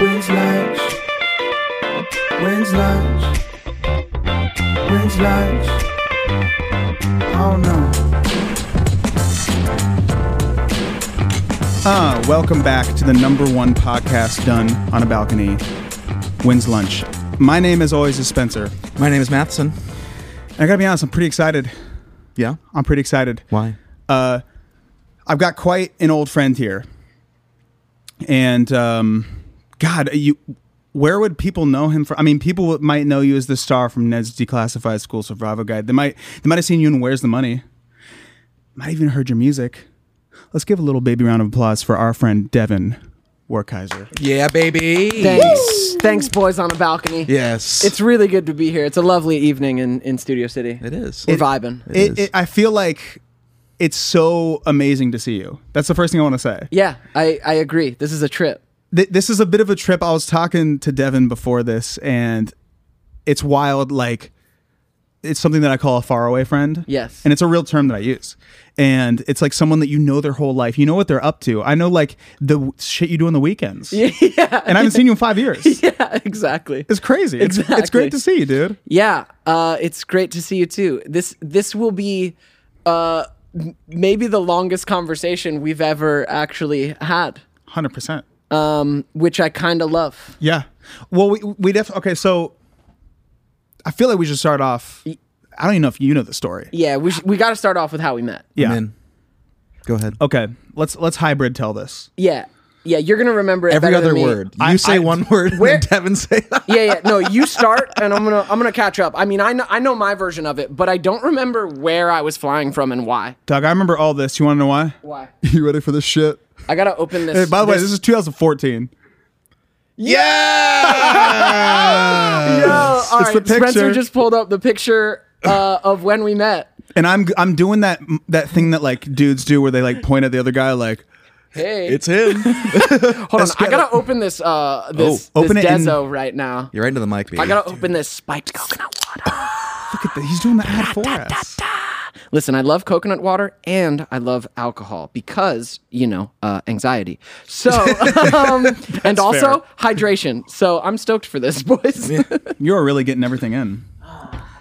When's lunch? When's lunch? When's lunch? I don't know. Ah, welcome back to the number one podcast done on a balcony. When's lunch? My name, as always, is Spencer. My name is Matheson. And I gotta be honest, I'm pretty excited. Yeah. I'm pretty excited. Uh, Why? I've got quite an old friend here, and um, God, you, where would people know him from? I mean, people would- might know you as the star from Ned's Declassified School Survival Guide. They might, they might have seen you in Where's the Money. Might even heard your music. Let's give a little baby round of applause for our friend Devin Werkheiser. Yeah, baby. Thanks. Thanks, boys on a balcony. Yes. It's really good to be here. It's a lovely evening in, in Studio City. it is. We're vibing. It, is. it, I feel like it's so amazing to see you. That's the first thing I want to say. yeah, I, I agree. This is a trip. th- this is a bit of a trip. I was talking to Devin before this, and it's wild. Like, it's something that I call a faraway friend. Yes. And it's a real term that I use. And it's like someone that you know their whole life. You know what they're up to. I know, like, the w- shit you do on the weekends. Yeah. And I haven't seen you in five years. yeah, exactly. It's crazy. It's, it's Exactly. great to see you, dude. Yeah, uh, it's great to see you too. This this will be uh, m- maybe the longest conversation we've ever actually had, 100%. um, which I kind of love. Yeah. Well, we, we definitely, okay, so I feel like we should start off. I don't even know if you know the story. Yeah, we sh- we got to start off with how we met. Yeah. I'm in. Go ahead. Okay. Let's, let's hybrid tell this. Yeah, yeah, you're gonna remember it Every better than other me. word. You I- say I- one word Where- and then Devin say yeah, yeah. No, you start, and I'm gonna I'm gonna catch up. I mean, I know I know my version of it, but I don't remember where I was flying from and why. Doug, I remember all this. You want to know why? Why? You ready for this shit? I gotta open this. Hey, by the way, this is 2014. Yeah. Yo, Oh, all it's the right, Spencer picture. just pulled up the picture uh, of when we met. And I'm I'm doing that that thing that like dudes do where they like point at the other guy like Hey, it's him. hold on. I gotta open this uh this, Oh, open this it in- Dezo right now. You're right into the mic, baby. I gotta open this spiked coconut water. look at that he's doing the ad for us. Listen, I love coconut water and I love alcohol because you know uh, anxiety. So um, and also hydration. So I'm stoked for this, boys. You're really getting everything in.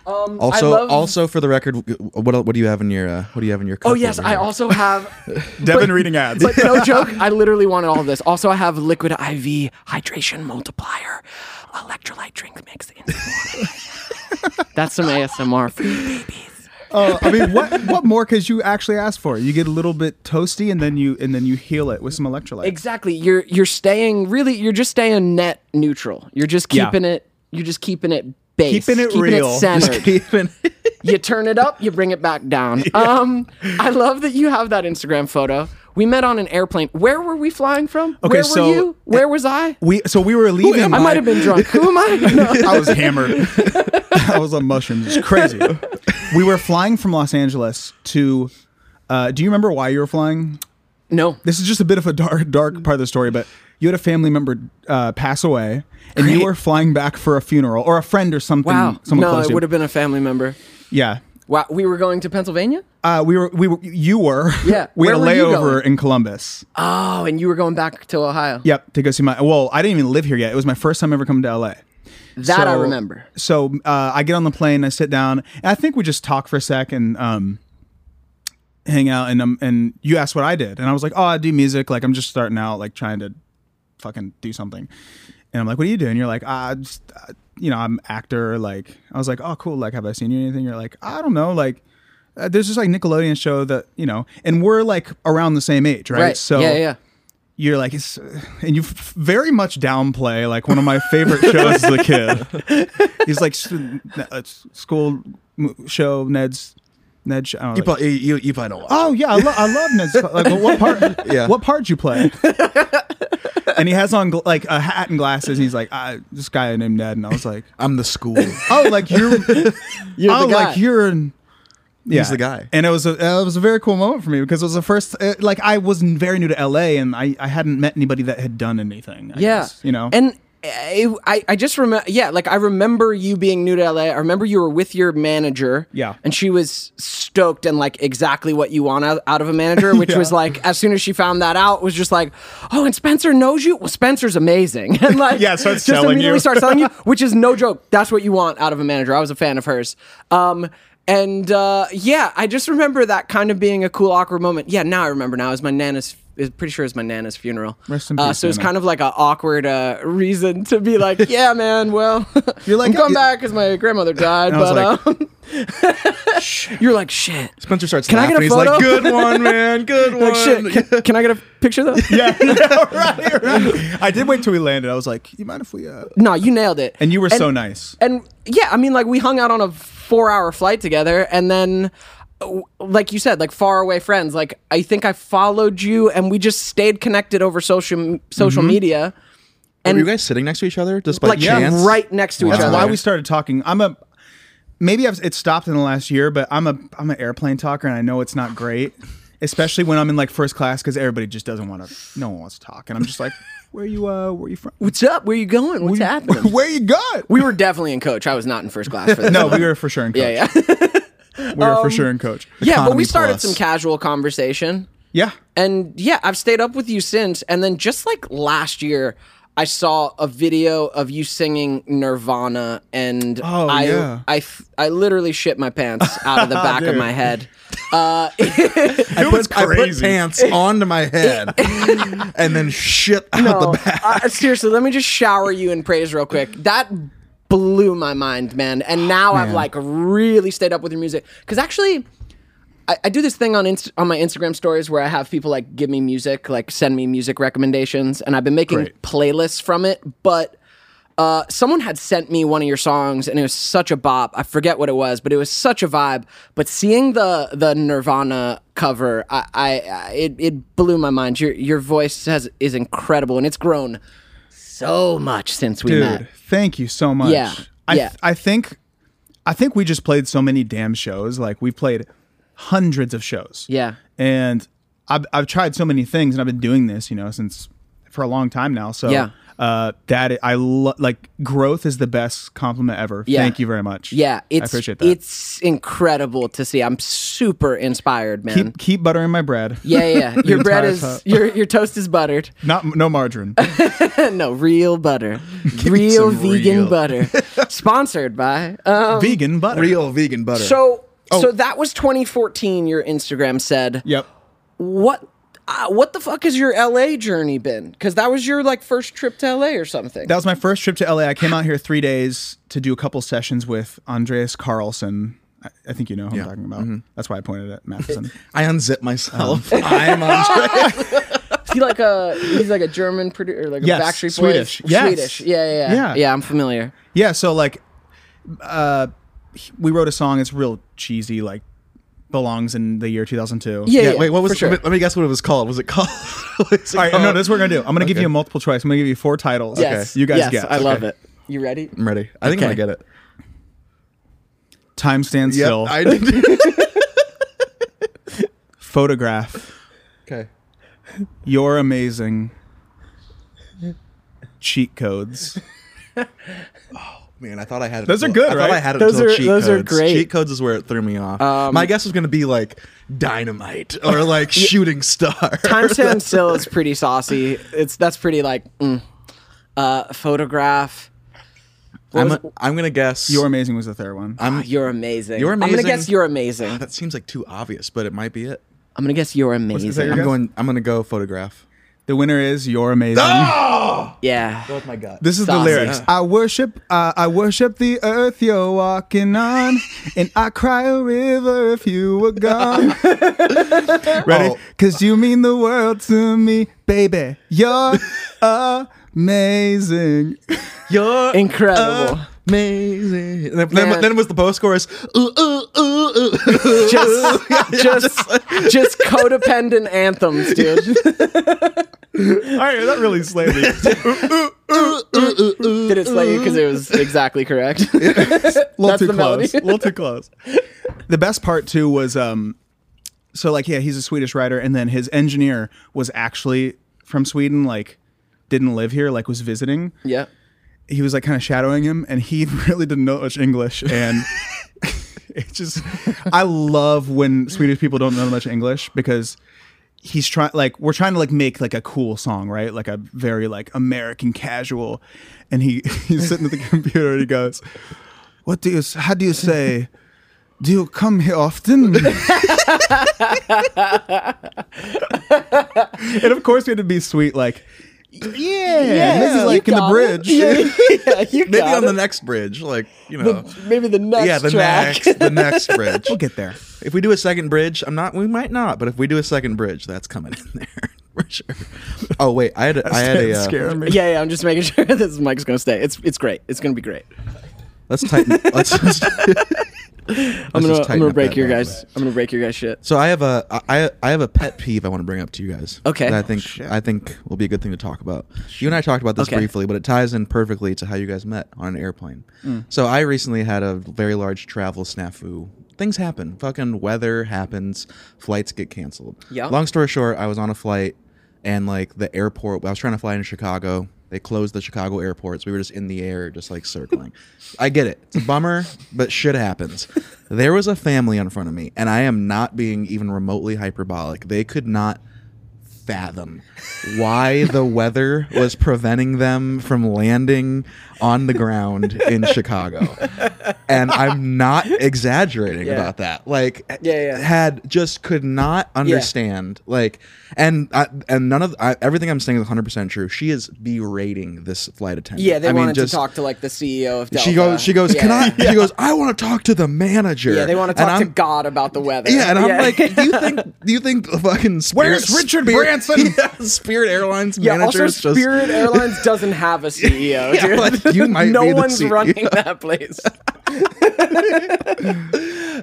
also, I love- also for the record, what el- what do you have in your uh, what do you have in your? Cup Oh yes, over I here? also have. Devin reading ads. But no joke, I literally wanted all of this. Also, I have liquid IV hydration multiplier, electrolyte drink mix. in water. That's some ASMR for you babies. Oh, I mean, what what more could you actually ask for? You get a little bit toasty and then you and then you heal it with some electrolytes. Exactly. You're you're staying really. You're just staying net neutral. You're just Yeah. keeping it. You're just keeping it base. Keeping it real. Just centered. Even you turn it up, you bring it back down. Um, I love that you have that Instagram photo. We met on an airplane. Where were we flying from? Okay, Where so- were you? Where was I? we so we were leaving. I might have been drunk. Who am I? No. I was hammered. I was on mushrooms. It's crazy. we were flying from Los Angeles to. Uh, do you remember why you were flying? No. this is just a bit of a dark dark part of the story, but you had a family member uh, pass away, and you were flying back for a funeral or a friend or something. Wow. someone no, close to it you. would have been a family member. Yeah, Wow. We were going to Pennsylvania? uh, we were we were you were Yeah. we had a Where were you layover going? in Columbus. Oh, and you were going back to Ohio. Yep, to go see my. Well, I didn't even live here yet. It was my first time ever coming to LA. That I So- remember. So uh, I get on the plane, I sit down, and I think we just talk for a sec and um, hang out. And um, and you asked what I did, and I was like, oh, I do music. Like I'm just starting out, like trying to fucking do something. And I'm like, what do you do? And you're like, ah, just, uh, you know, I'm actor. Like I was like, oh, cool. Like have I seen you in anything? You're like, I don't know. Like uh, there's this like Nickelodeon show that you know, and we're like around the same age, right? Right. So yeah, yeah. you're like it's and you f- very much downplay like one of my favorite shows as a kid he's like s- n- uh, s- school m- show ned's ned show, I don't know, you, like- probably, you you probably don't watch. oh yeah i, lo- I love ned's like what part Yeah. what part you play and he has on gl- like a hat and glasses and he's like I, this guy named ned and i was like I'm the school. oh like you're You're oh the guy. like you're an yeah. the guy. and it was a uh, it was a very cool moment for me because it was the first uh, like I was very new to LA and I, I hadn't met anybody that had done anything. I yeah. guess, you know. And I, I- I just remember, yeah, like I remember you being new to LA. I remember you were with your manager. Yeah. And she was stoked and like exactly what you want out, out of a manager, which was like, as soon as she found that out, was just like, oh, and Spencer knows you? Well, Spencer's amazing. and like, Yeah, starts just selling immediately you. starts telling you, which is no joke. That's what you want out of a manager. I was a fan of hers. Um, and uh, yeah, I just remember that kind of being a cool, awkward moment. Yeah, now I remember. Now it was my nana's. Is pretty sure it was my nana's funeral. Rest in Uh, peace, so it's Nana. kind of like an awkward uh, reason to be like, yeah, man. Well, You're like- I'm coming you- back because my grandmother died. I was But um, you're like, shit. Spencer starts Can I laughing. get a He's like, photo? "Good one, man. Good one." Like shit. Can, can I get a picture though? Yeah, right, right. I did wait till we landed. I was like, "You mind if we?" Uh... No, you nailed it. And you were so nice. and yeah, I mean, like we hung out on a four-hour flight together, and then, uh, w- like you said, like faraway friends. Like I think I followed you, and we just stayed connected over social social Mm-hmm. media, Were you guys sitting next to each other just by like yeah, chance? right next to each That's That's other. why we started talking. I'm a maybe I've, it stopped in the last year, but I'm a I'm an airplane talker, and I know it's not great, especially when I'm in like first class because everybody just doesn't want to. No one wants to talk, and I'm just like, "Where you? Uh, where you from? What's up? Where you going? What's happening? Where you going?" we were definitely in coach. I was not in first class for this. no, one. we were for sure in coach. yeah, yeah, Um, We were for sure in coach. yeah. But Economy we started plus. some casual conversation. Yeah, And yeah, I've stayed up with you since. And then just like last year, I saw a video of you singing Nirvana, and Oh, I, yeah. I, f- I literally shit my pants out of the back of Dude. my head. Uh, I was put, I put crazy. pants onto my head and then shit out no, the back. uh, seriously, let me just shower you in praise real quick. That blew my mind, man. And now I've like really stayed up with your music because actually. I, I do this thing on Inst- on my Instagram stories where I have people like give me music, like send me music recommendations, and I've been making Great. playlists from it. But uh, someone had sent me one of your songs, and it was such a bop. I forget what it was, but it was such a vibe. But seeing the the Nirvana cover, I, I, I it, it blew my mind. Your your voice has is incredible, and it's grown so much since we dude, met. thank you so much. Yeah, I yeah. I think I think we just played so many damn shows. Like we've played hundreds of shows. Yeah, and I've, I've tried so many things and i've been doing this you know since for a long time now so Yeah. uh that i lo- like growth is the best compliment ever Yeah. thank you very much yeah. It's i appreciate that it's incredible to see. I'm super inspired, man. keep, keep buttering my bread Yeah, yeah. yeah. Your bread entire time. is your your toast is buttered. not no margarine no, real butter. real some vegan real- butter. Sponsored by. Um, vegan butter Real vegan butter. so Oh. so that was 2014 your Instagram said. yep What uh, what the fuck has your LA journey been? Cuz that was your like first trip to LA or something. that was my first trip to la i came out here three days to do a couple sessions with andreas carlson i, I think you know who i'm talking about Mm-hmm. that's why i pointed at matheson I unzip myself. I'm on Is he like a he's like a German producer like Yes, a Backstreet Boys Swedish. Yes. Swedish. Yeah, yeah, yeah. Yeah. I'm familiar. Yeah, so like, uh, he- we wrote a song. It's real cheesy. Like, belongs in the year 2002. Yeah, yeah. yeah, wait, what for was sure. let, me, let me guess what it was called. Was it called? Was it All right, called- no, this is what we're gonna do. I'm gonna give Okay. you a multiple choice. I'm gonna give you four titles. Yes. you guys yes, guess. I love Okay. it. You ready? I'm ready. I think I'm Okay. gonna get it. Time stands Yep, still. I did. Photograph. okay. You're amazing. Cheat codes. Man, I thought I had it. Those are until- good, I thought I right? had it Those until are- cheat those codes. are great. Cheat codes is where it threw me off. My guess was gonna be like dynamite or like shooting star. Time stand still is pretty saucy. It's that's pretty like mm. uh, photograph. What I'm, was- I'm gonna guess. You're amazing was the third one. Ah, you're amazing. You're I'm amazing. gonna guess you're amazing. that seems like too obvious, but it might be it. I'm gonna guess you're is that amazing. your I'm guess? going. I'm gonna go photograph. The winner is you're amazing. Ah! Oh! yeah. With my gut. This is the Saucy. lyrics. I worship, I I worship the earth you're walking on, and I cry a river if you were gone. Ready? Oh. Because you mean the world to me, baby. You're amazing. You're Uh, Incredible. amazing. And then, then, Man. then was the post chorus. Ooh, ooh, ooh, ooh. Just, just, just codependent anthems, dude. All right, that really slayed me. Did it slay you because it was exactly correct? a little That's too the melody. close. A little too close. The best part too was um, so like yeah, he's a Swedish writer, and then his engineer was actually from Sweden, like didn't live here, like was visiting. yeah. he was like kind of shadowing him, and he really didn't know much English, and it just I love when Swedish people don't know much English because he's trying like we're trying to like make like a cool song, right? Like a very like American casual, and he he's sitting at the computer and he goes, "What do you? s- How do you say?" Do you come here often? and of course, we had to be sweet, like, yeah, this is you like in the got it. bridge. Yeah, yeah, you Maybe got on the it. next bridge, like you know. maybe the next yeah, the track. next, the next bridge. We'll get there. If we do a second bridge, I'm not. We might not, but if we do a second bridge, that's coming in there for sure. Oh wait, I had a, I had a. That's Uh, scary. yeah, yeah. I'm just making sure this mic's gonna stay. It's it's great. It's gonna be great. let's tighten. Let's just, I'm gonna I'm gonna break your guys. I'm gonna break your guys shit. So I have a I I have a pet peeve I want to bring up to you guys. Okay. Oh, That I think I think will be a good thing to talk about. You and I talked about this Okay. briefly, but it ties in perfectly to how you guys met on an airplane. So I recently had a very large travel snafu. Things happen. Fucking weather happens. Flights get canceled. Yeah. Long story short, I was on a flight and like the airport. I was trying to fly into Chicago. They closed the Chicago airport, so we were just in the air, just like circling. I get it. It's a bummer, but shit happens. There was a family in front of me, and I am not being even remotely hyperbolic. They could not fathom why the weather was preventing them from landing on the ground in Chicago. And I'm not exaggerating about that. Like Yeah, yeah. had just could not understand like and I, and none of I, everything I'm saying is 100% true. She is berating this flight attendant. Yeah, they I mean, wanted just- to talk to like the CEO of Delta. She goes she goes, Yeah, "Can yeah. I?" She goes, "I want to talk to the manager." Yeah, they want to And talk to I'm- God about the weather. yeah, and I'm like, do you think do you think the fucking Spirit, Where's Richard Branson? Yeah, Spirit Airlines Yeah, also managers just Spirit Airlines doesn't have a CEO, Yeah, dude. like, you might no be the E one's CEO. running that place.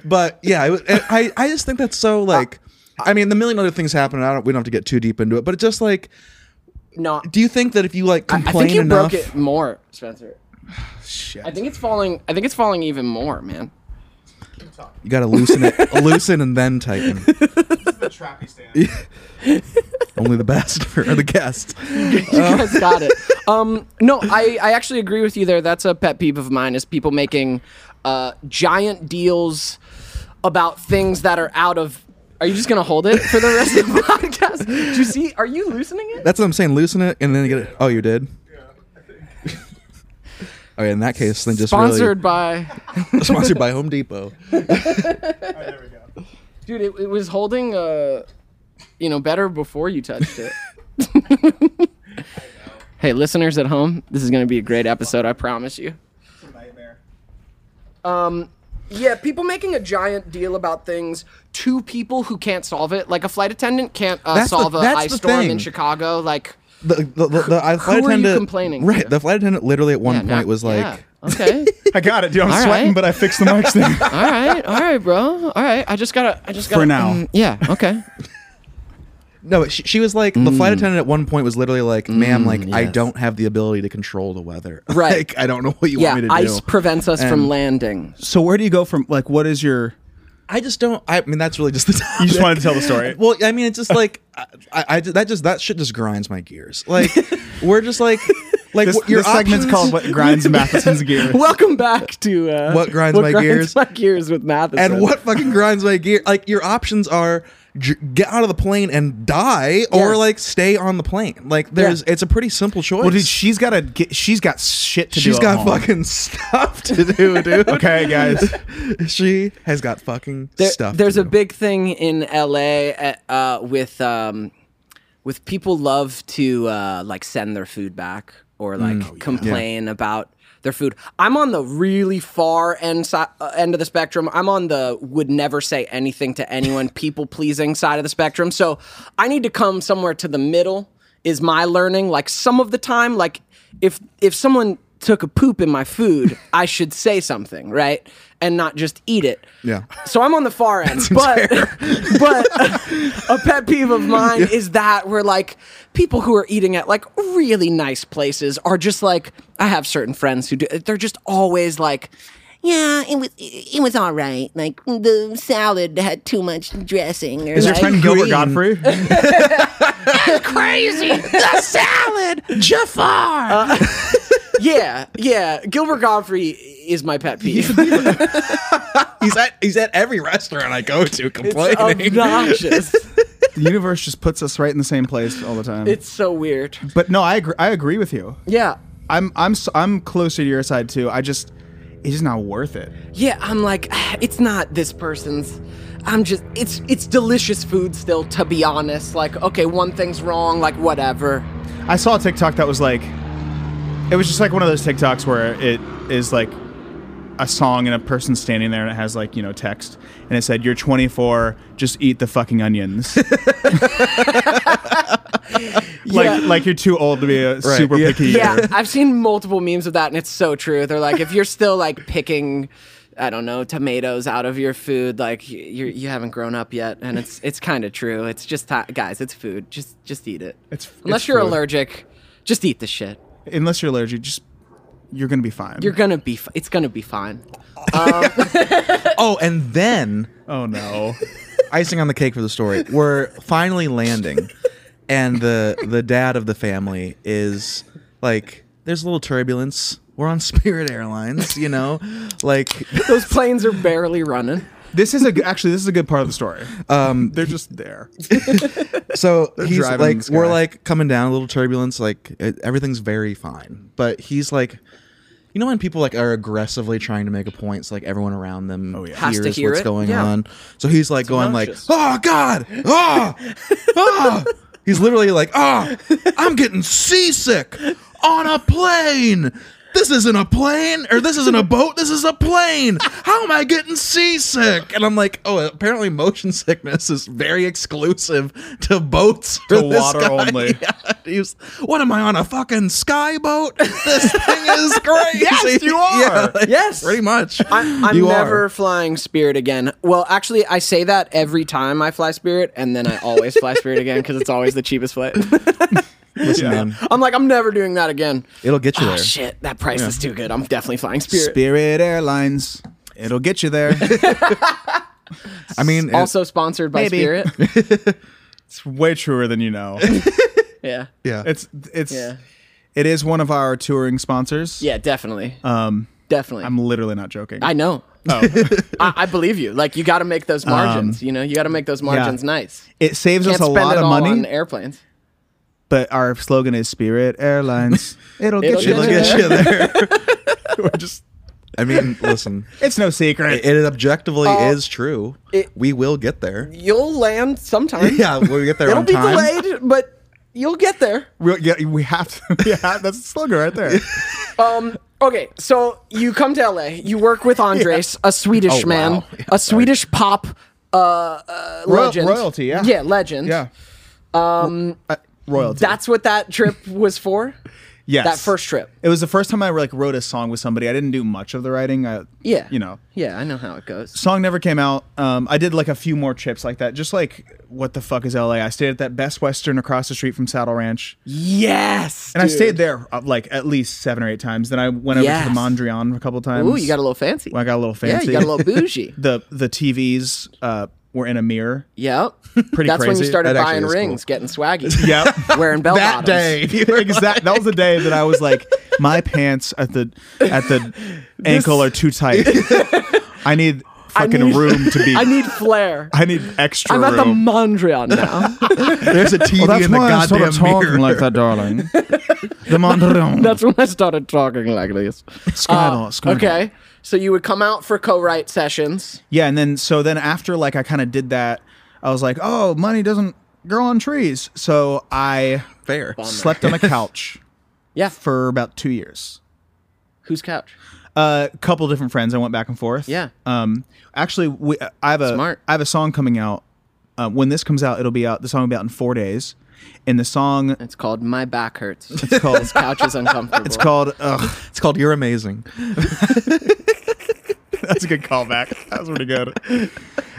but yeah, it was, and I I just think that's so like I mean, the million other things happen. and I don't we don't have to get too deep into it, but it's just like No, do you think that if you like I complain think you enough broke it more, Spencer. Shit. I think it's falling. I think it's falling even more, man. you got to loosen it loosen and then tighten. Only the best for the guest. You Oh. guys got it. Um, no, I, I actually agree with you there. That's a pet peeve of mine is people making uh, giant deals about things that are out of. Are you just gonna hold it for the rest of the podcast? Do you see? Are you loosening it? That's what I'm saying, loosen it and then you get it. Oh, you did. Okay, in that case, then just Sponsored really, by. sponsored by Home Depot. Oh, Dude, it, it was holding, uh, you know, better before you touched it. hey, listeners at home, this is going to be a great episode, I promise you. Um, yeah, people making a giant deal about things to people who can't solve it. Like a flight attendant can't uh, That's the- solve a that's ice the storm thing. in Chicago. Like, The, the, the, the I- flight who are you attendant, complaining Right, to? the flight attendant literally at one yeah, point not- was like, yeah, Oh. okay, I got it, dude. I'm All sweating, right. but I fixed the mic thing. all right, all right, bro, all right. I just gotta, I just For gotta. now. mm, yeah, okay. No, but she, she was like the Mm. flight attendant at one point was literally like, "Ma'am, like I don't have the ability to control the weather. Right. like I don't know what you Yeah, want me to ice do. prevents us from And- landing. so where do you go from? Like, what is your? I just don't. I mean, that's really just the. Topic. You just wanted to tell the story. Well, I mean, it's just like I, I, I- that just that shit just grinds my gears. Like we're just like like This, what- your this segment's options- called "What Grinds Matheson's Gears." Welcome back to uh, What Grinds My Gears? My Gears with Matheson. and what fucking grinds my gear. Like your options are j- get out of the plane and die, Yeah. or like stay on the plane. Like there's it's a pretty simple choice. Well, dude, she's got to get. She's got shit to do. She's at got home. fucking stuff to do, dude. Okay, guys. she has got fucking There- stuff. There's to a do. big thing in LA at, uh, with um, with people love to uh, like send their food back Mm, or like oh, complain about their food. I'm on the really far end si- uh, end of the spectrum. I'm on the would never say anything to anyone, people pleasing side of the spectrum. So I need to come somewhere to the middle. Is my learning like some of the time like if if someone took a poop in my food, I should say something, right? And not just eat it. Yeah. So I'm on the far end, but but a pet peeve of mine is that where like people who are eating at like really nice places are just like I have certain friends who do. They're just always like, Yeah, it was it was all right. Like the salad had too much dressing. Or Is your like, friend Gilbert Godfrey? crazy? the salad, Jafar. yeah, yeah. Gilbert Godfrey is my pet peeve. He's at he's at every restaurant I go to complaining. Obnoxious. the universe just puts us right in the same place all the time. It's so weird. but no, I agree, I agree with you. Yeah. I'm I'm s- I'm closer to your side too. I just it's just not worth it. Yeah, I'm like, it's not this person's. I'm just, it's it's delicious food still, to be honest. Like, okay, one thing's wrong, like whatever. I saw a TikTok that was like, it was just like one of those TikToks where it is like a song and a person standing there and it has like you know text and it said you're 24, just eat the fucking onions. Yeah. Like like you're too old to be a super yeah. picky Yeah, eater. I've seen multiple memes of that, and it's so true. They're like, if you're still like picking, I don't know, tomatoes out of your food, like you you you haven't grown up yet, and it's it's kind of true. It's just ti guys, it's food. Just just eat it. It's- unless it's you're food. allergic, just eat the shit. Unless you're allergic, just you're gonna be fine. You're gonna be. F- it's gonna be fine. Oh, and then oh no. icing on the cake for the story. We're finally landing, and the the dad of the family is like, "There's a little turbulence. We're on Spirit Airlines, you know, like." Those planes are barely running. This is a g- actually this is a good part of the story. Um, they're just there. So he's driving in like, the we're sky. like coming down a little turbulence, like it, everything's very fine. But he's like, you know, when people like are aggressively trying to make a point, it's like everyone around them Oh, yeah. Has to hears hear what's it, going yeah. on. So he's like going obnoxious. like, oh god, ah, ah. He's literally like, ah, I'm getting seasick on a plane. This isn't a plane, or this isn't a boat. This is a plane. How am I getting seasick? And I'm like, oh, apparently motion sickness is very exclusive to boats for To this water guy. only. Yeah. He was, what am I on a fucking sky boat? This thing is crazy. Yes, you are. Yeah, like, Yes. pretty much. I'm, I'm You are. never flying Spirit again. Well, actually, I say that every time I fly Spirit, and then I always fly Spirit again because it's always the cheapest flight. Listen, Yeah. man, I'm like, I'm never doing that again. it'll get you Ah, there. shit, that price is too good. I'm definitely flying Spirit. Spirit Airlines, it'll get you there. I mean, it- Also sponsored by Maybe. Spirit. it's way truer than you know. yeah. yeah. It's it's Yeah. it is one of our touring sponsors. Yeah, definitely. Um, definitely. I'm Oh. literally not joking. i know. I, I believe you. Like, you got to make those margins. you know, you got to make those margins nice. Um, it saves Can't us a spend lot it of all on money, airplanes. but our slogan is Spirit Airlines. It'll get It'll you it'll there. get you there. We're just I mean, listen, it's no secret. it objectively is true. it- we will get there. You'll land sometime. Yeah, we'll get there It'll on be time. delayed, but you'll get there. we, yeah, we have to. Yeah, that's the slogan right there. Um. Okay, so you come to LA. You work with Andres, a Swedish Oh, man, wow. Yeah, a Swedish pop uh, uh Royal- legend. royalty, yeah. Yeah, legend. Yeah. Um, royalty. That's what that trip was for? yes. that first trip. It was the first time I like wrote a song with somebody. I didn't do much of the writing. I, Yeah. You know, Yeah, I know how it goes. song never came out. Um, I did like a few more trips like that. Just like what the fuck is LA? I stayed at that Best Western across the street from Saddle Ranch, Yes. and I stayed dude. there uh, like at least seven or eight times. Then I went over Yes. to the Mondrian a couple times. Ooh, you got a little fancy. When I got a little yeah, fancy. you got a little bougie. the the TVs uh, were in a mirror. yep. Pretty That's when you crazy. started That actually buying is cool. rings, getting swaggy. Yep. Wearing bell That bottoms. day, exactly. That was the day that I was like, my pants at the at the ankle are too tight. I need fucking need- room to be. I need flair. I need extra I'm at the room. Mondrian now. there's a TV in the goddamn mirror. that, darling. the Mondrian. That's when I started talking like this. Uh, Skylar, Skylar. Okay. So you would come out for co-write sessions. Yeah, and then so then after like I kind of did that, I was like, oh, money doesn't grow on trees. So I Fair. slept on a couch Yeah. for about two years. Whose couch? A couple different friends. I went back and forth. Yeah. Um. Actually, we, I have a Smart. I have a song coming out. Uh, when this comes out, it'll be out. The song will be out in four days, and the song It's called My Back Hurts. it's called This couch is uncomfortable. it's called. Ugh, It's called You're Amazing. That's a good callback. That was pretty good.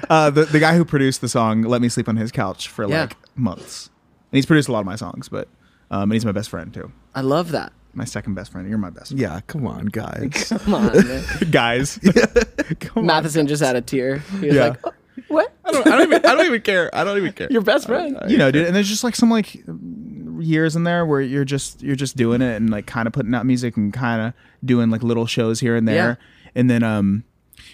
Uh, the the guy who produced the song let me sleep on his couch for Yeah. like months, and he's produced a lot of my songs, but um, and he's my best friend too. I love that. My second best friend. You're my best. Yeah, come on, guys. Come on, man. friend. guys. Come on. Matheson just had a tear. He was Yeah. like, "Oh, "What? I don't even. I don't even care. I don't even care. Uh, Your best friend?" You know, dude. And there's just like some like years in there where you're just you're just doing it and like kind of putting out music and kind of doing like little shows here and there and then um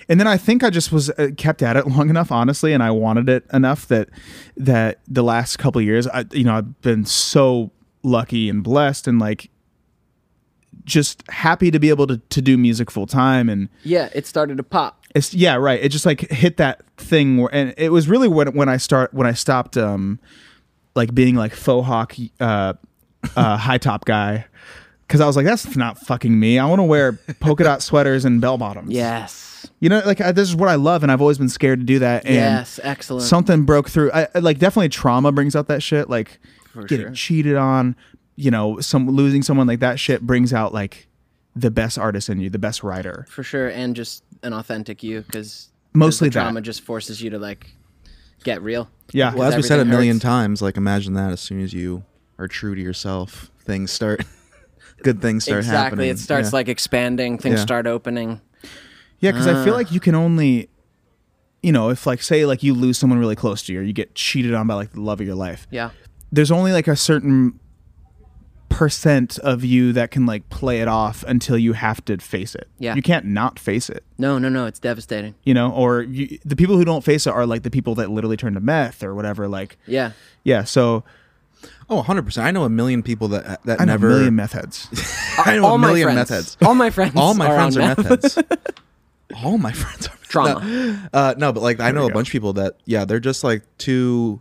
and then I think I just was uh, kept at it long enough honestly and I wanted it enough that that the last couple of years I you know I've been so lucky and blessed and like just happy to be able to, to do music full time and Yeah, it started to pop. it's yeah, right. It just like hit that thing where, and it was really when when I start when I stopped um like being like faux hawk uh uh high top guy because I was like that's not fucking me. I want to wear polka dot sweaters and bell bottoms. Yes. you know like I, this is what I love, and I've always been scared to do that. And Yes, excellent. Something broke through. I, I- like definitely trauma brings out that shit. Like getting cheated on, you know, some losing someone like that shit brings out like the best artist in you, the best writer. for sure, and just an authentic you because Mostly that. trauma just forces you to like get real. Yeah. Well, as we said a everything million hurts. times, like imagine that as soon as you are true to yourself, things start, good things start exactly. happening. It starts Yeah. like expanding. Things Yeah. start opening. Yeah, because I feel like you can only, you know, if like say like you lose someone really close to you, or you get cheated on by like the love of your life. Yeah. There's only like a certain percent of you that can like play it off until you have to face it. Yeah. You can't not face it. No, no, no. It's devastating. You know, or you, the people who don't face it are like the people that literally turn to meth or whatever. Like, Yeah. yeah. So oh, 100 percent. I know a million people that that I know never. a million meth heads. I know all a my million friends. meth heads. All my friends. All my are friends on are meth heads. All my friends are meth Trauma. No, uh, no, but like I know a go. bunch of people that yeah, they're just like too.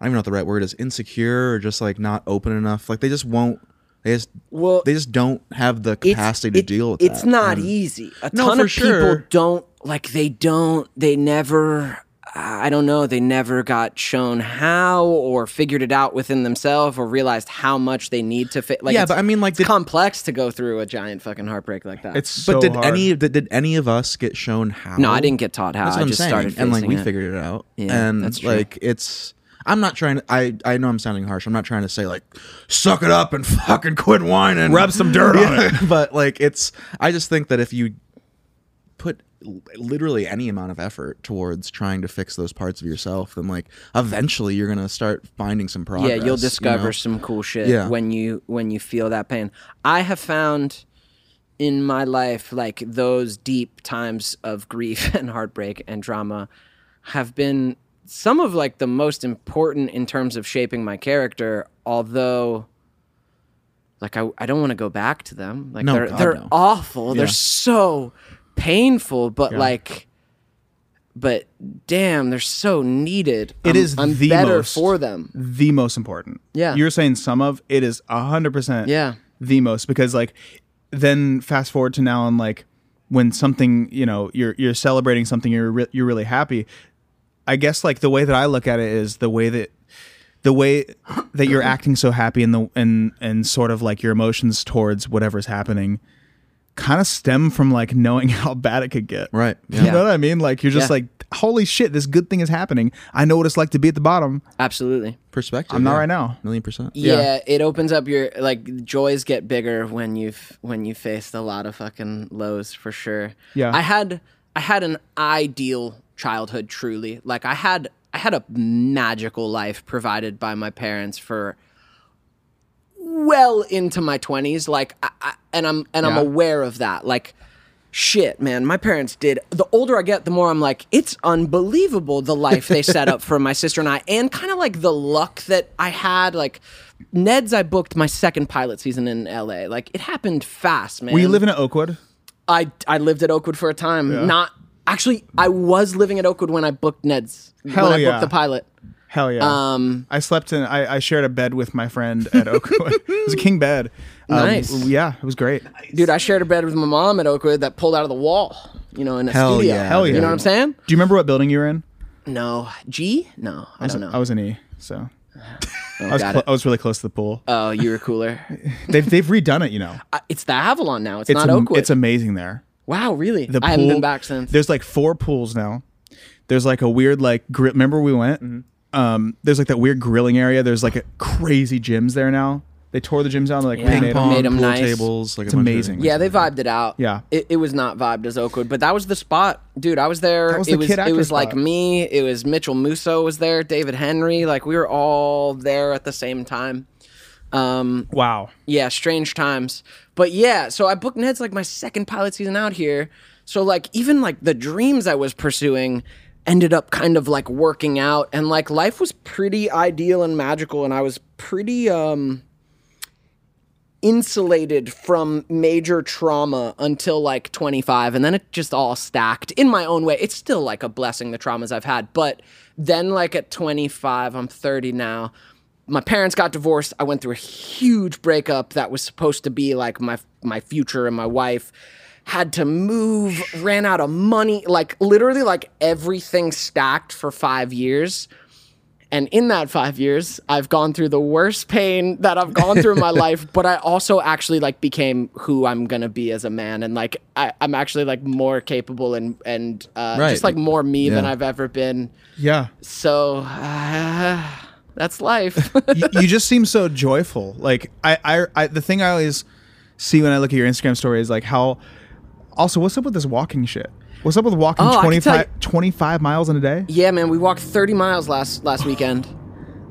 I don't even know what the right word is. Insecure or just like not open enough. Like they just won't. They just Well, they just don't have the It's- capacity to it- deal with It's that. not easy. A No, ton for of people sure. don't like. They don't. They never. I don't know. They never got shown how, or figured it out within themselves, or realized how much they need to fit. Like, Yeah, it's- but I mean, like, it's did- complex to go through a giant fucking heartbreak like that. It's so But did hard. any did, did any of us get shown how? no, I didn't get taught how. That's what I I'm just saying. started and like facing we it. figured it out. Yeah, and that's true. like it's. I'm not trying to. I I know I'm sounding harsh. I'm not trying to say like, suck it up and fucking quit whining. Rub some dirt on Yeah, But like it's. I just think that if you put l- literally any amount of effort towards trying to fix those parts of yourself, then like eventually you're gonna start finding some progress. Yeah, you'll you discover know? some cool shit Yeah. when you when you feel that pain. I have found in my life like those deep times of grief and heartbreak and drama have been some of like the most important in terms of shaping my character, although like I, I don't want to go back to them. Like No, they're God, they're no. awful. They're so painful, but like but damn, they're so needed. It It is is I'm, I'm the better most- for them. the most important. Yeah. You're saying some of it is a hundred percent Yeah. the most because like then fast forward to now and like when something, you know, you're you're celebrating something you're re- you're really happy. I guess like the way that I look at it is the way that the way that you're acting so happy and the and and sort of like your emotions towards whatever's happening kind of stem from like knowing how bad it could get. Right. You Yeah. know what I mean? Like you're just Yeah. like holy shit, this good thing is happening. I know what it's like to be at the bottom. Absolutely. Perspective. I'm not yeah. right now. Million percent. Yeah. it opens up your like joys get bigger when you've when you faced a lot of fucking lows for sure. Yeah. I had I had an ideal childhood truly. Like I had I had a magical life provided by my parents for well into my 20s like I, I, and I'm and I'm Yeah. aware of that. Like shit, man, my parents did. The older I get, the more I'm like, it's unbelievable the life they set up for my sister and I, and kind of like the luck that I had. Like, Ned's, I booked my second pilot season in LA. Like, it happened fast, man. Were you living at Oakwood? I I lived at Oakwood for a time. Not actually, I was living at Oakwood when I booked Ned's. Hell when I yeah. booked the pilot. Hell yeah. Um, I slept in. I, I shared a bed with my friend at Oakwood. it was a king bed. Um, Nice. Yeah, it was great. dude, I shared a bed with my mom at Oakwood that pulled out of the wall. You know, in a Hell studio. yeah, Hell You yeah. know what I'm saying? Do you remember what building you were in? No, G? No, I don't know. Oh, I was in E, so I was got clo- it. I was really close to the pool. Oh, you were cooler. they've they've redone it. You know, I- it's the Avalon now. It's, it's not am- Oakwood. it's amazing there. wow, really? The I haven't been pool- back since. There's like four pools now. There's like a weird like grill. Remember we went. Um, there's like that weird grilling area. There's like a crazy gyms there now. They tore the gyms down. They like Yeah. remade Ping 'em. pong, Made 'em pool nice. tables. Like It's a bunch of- amazing. yeah, they vibed it out. Yeah. it, it was not vibed as Oakwood, but that was the spot, dude. I was there. That was it the was kid it actor was like spot. me. It was Mitchell Musso was there. David Henry. Like we were all there at the same time. Um, Wow. yeah, strange times. But yeah, so I booked Ned's like my second pilot season out here. So like even like the dreams I was pursuing ended up kind of like working out and like life was pretty ideal and magical and I was pretty um insulated from major trauma until like 25 and then it just all stacked in my own way it's still like a blessing the traumas i've had but then like at 25 i'm 30 now my parents got divorced i went through a huge breakup that was supposed to be like my my future and my wife had to move ran out of money like literally like everything stacked for 5 years and in that five years, I've gone through the worst pain that I've gone through in my life, but I also actually like became who I'm gonna be as a man. And like I, I'm actually like more capable and and uh, Right. just like more me than Yeah. I've ever been. Yeah. So uh, that's life. you, you just seem so joyful. Like I, I, I, the thing I always see when I look at your Instagram story is like how. Also, what's up with this walking shit? What's up with walking Oh, I can tell 25, 25 miles in a day? yeah, man, we walked 30 miles last last weekend.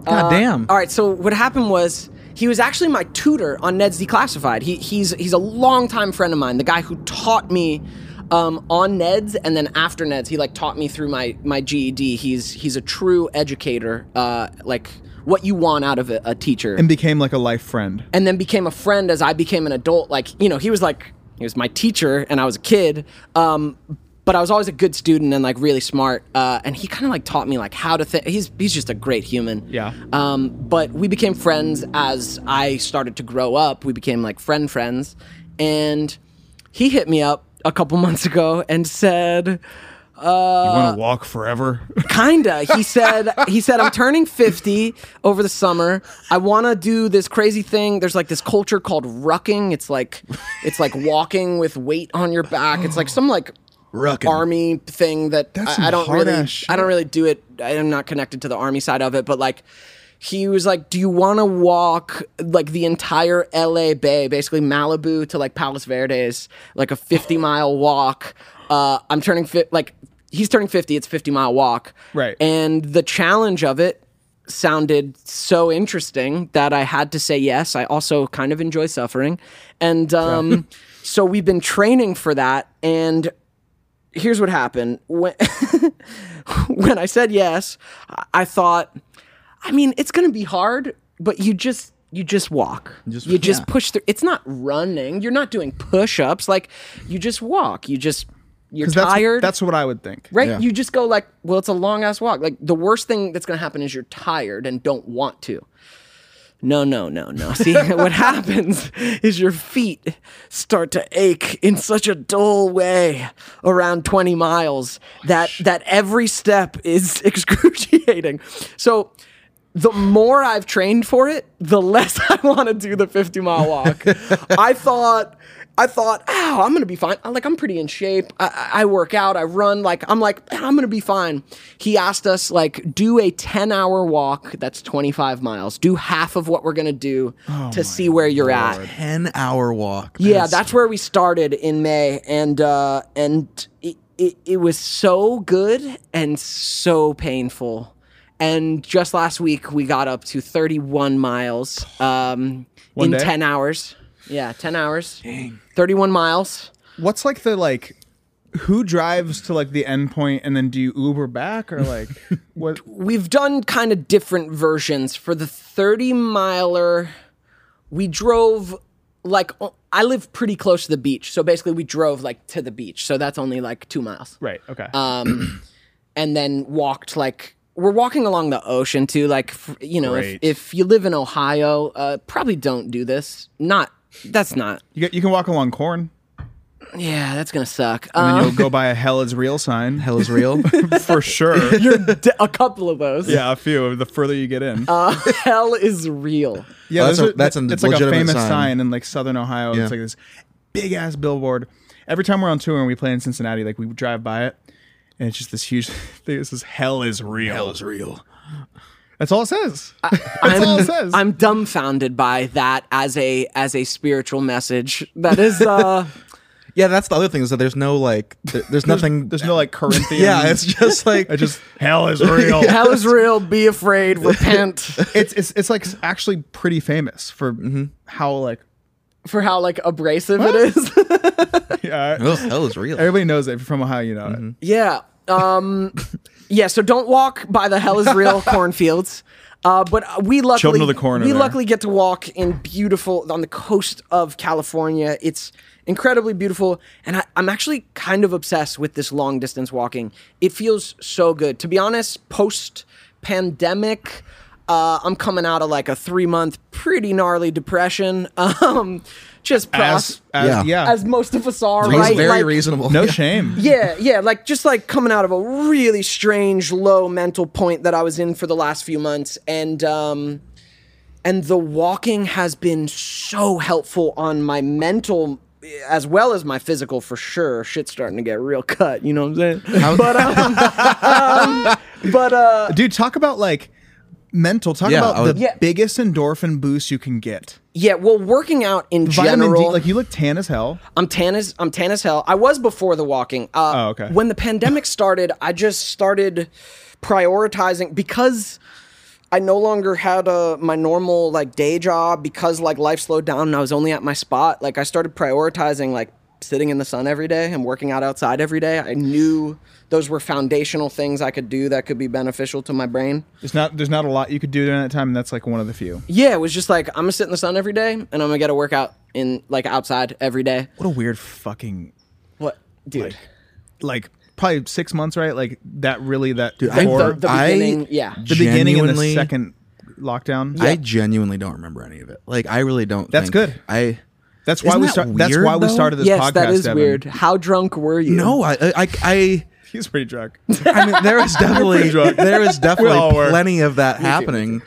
uh, God damn. Um, All right. So what happened was he was actually my tutor on Ned's Declassified. He, he's he's a longtime friend of mine. The guy who taught me um, on Ned's and then after Ned's, he like taught me through my my GED. He's he's a true educator. Uh, like what you want out of a, a teacher And became like a life friend. and then became a friend as I became an adult. Like, you know, he was like, he was my teacher and I was a kid. Um, but I was always a good student and like really smart. Uh, and he kind of like taught me like how to think. He's, he's just a great human. Yeah. Um, but we became friends as I started to grow up. We became like friend friends. And he hit me up a couple months ago and said, Uh, you want to walk forever? kinda he said he said i'm turning 50 over the summer i want to do this crazy thing there's like this culture called rucking it's like it's like walking with weight on your back it's like some like Rucking. army thing that That's I, I some don't hard really ass shit. i don't really do it i'm not connected to the army side of it but like he was like do you want to walk like the entire la bay basically malibu to like palos verdes like a 50 mile walk uh i'm turning fi- like he's turning 50 it's 50 mile walk Right. and the challenge of it sounded so interesting that I had to say yes. I also kind of enjoy suffering. And um, so we've been training for that. And here's what happened when, when I said yes, I- I thought, I mean, it's going to be hard, but you just. You just walk. just- you just yeah. push through. It's not running. You're not doing push-ups. Like you just walk. You just you're 'Cause that's, tired That's what I would think. right? Yeah. You just go like, well, it's a long ass walk. Like the worst thing that's gonna happen is you're tired and don't want to. No, no, no, no. See, what happens is your feet start to ache in such a dull way around 20 miles that that every step is excruciating. So the more I've trained for it, the less I want to do the 50 mile walk. I thought, I thought, oh, I'm gonna be fine. I'm like, I'm pretty in shape. I, I I work out. I run. Like, I'm like, I'm gonna be fine. He asked us like, do a 10 hour walk. That's 25 miles. Do half of what we're gonna do to see where you're at. 10 hour walk. Yeah, that's where we started in May, and uh, and it, it it was so good and so painful. And just last week we got up to 31 miles um, in day? 10 hours. Yeah, 10 hours. 31 miles. What's like the like? Who drives to like the end point and then do you Uber back or like what? we've done kind of different versions for the 30 miler we drove like o- i live pretty close to the beach so basically we drove like to the beach so that's only like two miles Right. Okay. Uh, and then walked like we're walking along the ocean too like f- you know if, Great. if you live in ohio uh, probably don't do this not that's not you, get, you can walk along corn. yeah that's gonna suck And um, you'll go by a hell is real sign. Hell is real. for sure. d- a couple of those yeah, a few. The further you get in, Uh, hell is real yeah, Oh, that's those a- that's a it's like a legitimate famous sign. sign. in like Southern Ohio. Yeah. It's like this big ass billboard. Every time we're on tour and we play in Cincinnati, like we drive by it, and it's just this huge thing. It says "Hell is real." Hell is real. That's all it says. that's all it says. I'm dumbfounded by that as a as a spiritual message. That is uh Yeah, that's the other thing is that there's no like, there- there's nothing. There's no like Corinthian. yeah, it's just like I just hell is real. Hell is real. Be afraid. Repent it's, it's it's like actually pretty famous for Mm-hmm. how like for how like abrasive it is. yeah oh, hell is real. everybody knows it. If you're from Ohio, you know Mm-hmm. it. yeah. Um. Yeah. So don't walk by the hell is real cornfields. Uh, but uh, we luckily Children of the corn are we there. luckily get to walk in beautiful on the coast of California. It's incredibly beautiful, and I, I'm actually kind of obsessed with this long distance walking. It feels so good. To be honest, post pandemic, uh, I'm coming out of like a three month pretty gnarly depression. Um, just As, pros- as yeah, Yeah. as most of us are, He's right? very Like, reasonable. no Yeah. shame. yeah, yeah, like just like coming out of a really strange low mental point that I was in for the last few months and um and the walking has been so helpful on my mental eh, as well as my physical for sure. Shit's starting to get real cut, you know what I'm saying? but um, um but uh dude. Talk about like mental. Talk Yeah, I about would- the Yeah. biggest endorphin boost you can get. yeah, well working out in Vitamin general D. Like you look tan as hell. I'm tan as I'm tan as hell. I was before the walking. Uh, Oh, okay. When the pandemic started, I just started prioritizing because I no longer had a, my normal like day job because like life slowed down and I was only at my spot. Like I started prioritizing like sitting in the sun every day and working out outside every day. I knew those were foundational things I could do that could be beneficial to my brain. There's not there's not a lot you could do during that time, and that's like one of the few. Yeah, it was just like I'm gonna sit in the sun every day and I'm gonna get a workout in like outside every day. What a weird fucking What, dude? like probably six months, right? Like that really that Dude, I- or the- the I beginning, yeah. the beginning and the genuinely- second lockdown. I genuinely don't remember any of it. Like, I really don't. That's think- good. I that's why Isn't we that start. That's weird, why we though? started this yes, podcast. that is Evan. weird. How drunk were you? no, I I I. He's pretty drunk. I mean, there is definitely drunk. there is all definitely were. plenty of that happening,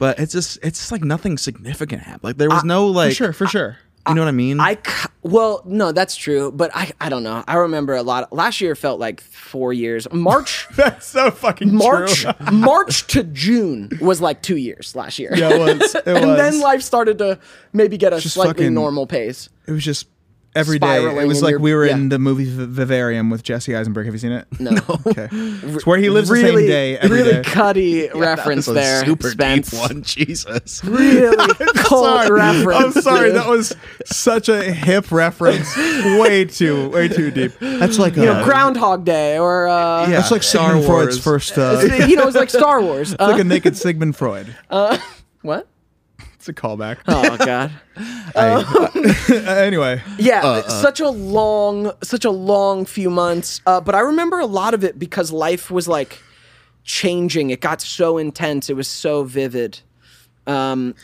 but it's just it's just like nothing significant happened. Like there was no like for sure, for sure. You know what I mean? I c- well, no, that's true, but I I don't know. I remember a lot. Last year felt like four years. March, That's so fucking March, true. March to June was like two years last year. yeah, it was. It and was. then life started to maybe get a Just slightly fucking- normal pace. it was just every day. It spiraling was in like your- we were yeah. in the movie v- Vivarium with Jesse Eisenberg. Have you seen it? No. Okay. It's where he lives the really, same day every really day. cutty reference That was a there, super Spence. deep one. Jesus. Really cold reference. I'm sorry, dude. that was such a hip reference. way too, way too deep. That's like you know, Groundhog Day or uh, Yeah. That's like Star Sigmund Freud's Wars. first. Uh, it's you know, it's like Star Wars. Uh, like a naked Sigmund Freud. what? It's a callback. Oh God. Uh, anyway, Yeah, such a long, such a long few months. Uh, but I remember a lot of it because life was like changing. It got so intense. It was so vivid. Um,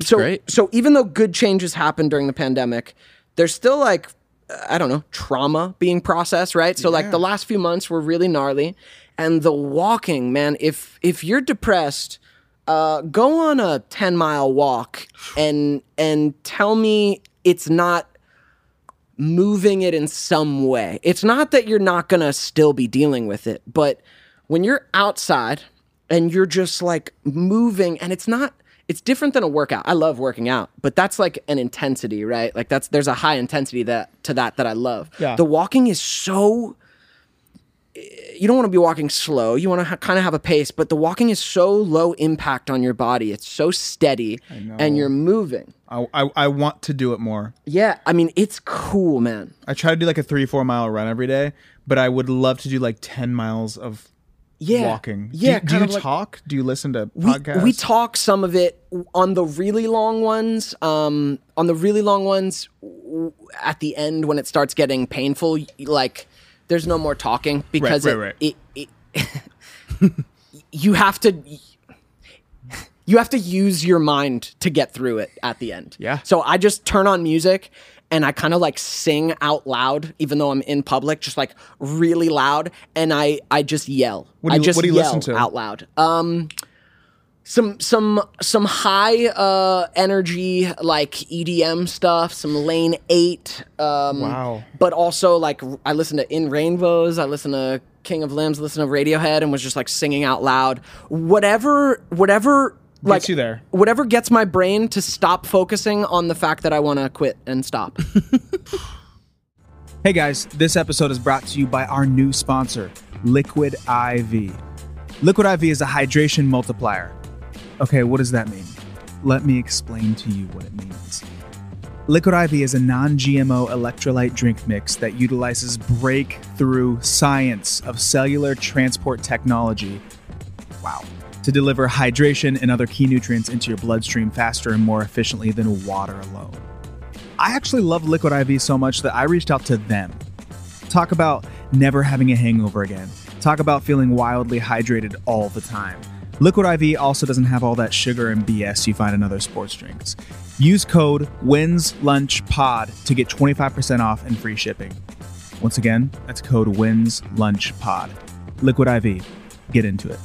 so great. so even though good changes happened during the pandemic, there's still like uh, I don't know trauma being processed, right? So like the last few months were really gnarly, and the walking, man. If if you're depressed, uh, go on a ten mile walk and and tell me it's not moving it in some way. It's not that you're not going to still be dealing with it, but when you're outside and you're just like moving and it's not it's different than a workout. I love working out, but that's like an intensity, right? Like that's there's a high intensity that to that that I love. Yeah. The walking is so you don't want to be walking slow. You want to ha- kind of have a pace, but the walking is so low impact on your body. It's so steady and you're moving. I, I, I want to do it more. Yeah, I mean it's cool, man. I try to do like a three, four mile run every day, but I would love to do like 10 miles of Yeah. walking. Do- Yeah, do, kind you of like- talk? Do you listen to we, podcasts? we talk some of it on the really long ones. Um, on the really long ones, w- at the end when it starts getting painful, y- like there's no more talking because right, right. it, it, it you have to you have to use your mind to get through it at the end. Yeah. So I just turn on music and I kind of like sing out loud, even though I'm in public, just like really loud, and I I just yell. What do you- I just what do you yell listen to? out loud. Um, some some some high uh, energy like EDM stuff, some Lane Eight. Um, Wow. But also like r- I listen to In Rainbows, I listen to King of Limbs, listen to Radiohead, and was just like singing out loud. Whatever whatever like you there. Whatever gets my brain to stop focusing on the fact that I want to quit and stop. Hey guys, this episode is brought to you by our new sponsor, Liquid IV. Liquid IV is a hydration multiplier. Okay, what does that mean? Let me explain to you what it means. Liquid IV is a non GMO electrolyte drink mix that utilizes breakthrough science of cellular transport technology. Wow. To deliver hydration and other key nutrients into your bloodstream faster and more efficiently than water alone. I actually love Liquid IV so much that I reached out to them. Talk about never having a hangover again. Talk about feeling wildly hydrated all the time. Liquid IV also doesn't have all that sugar and BS you find in other sports drinks. Use code WINSLUNCHPOD to get 25% off and free shipping. Once again, that's code WINSLUNCHPOD. Liquid IV. Get into it.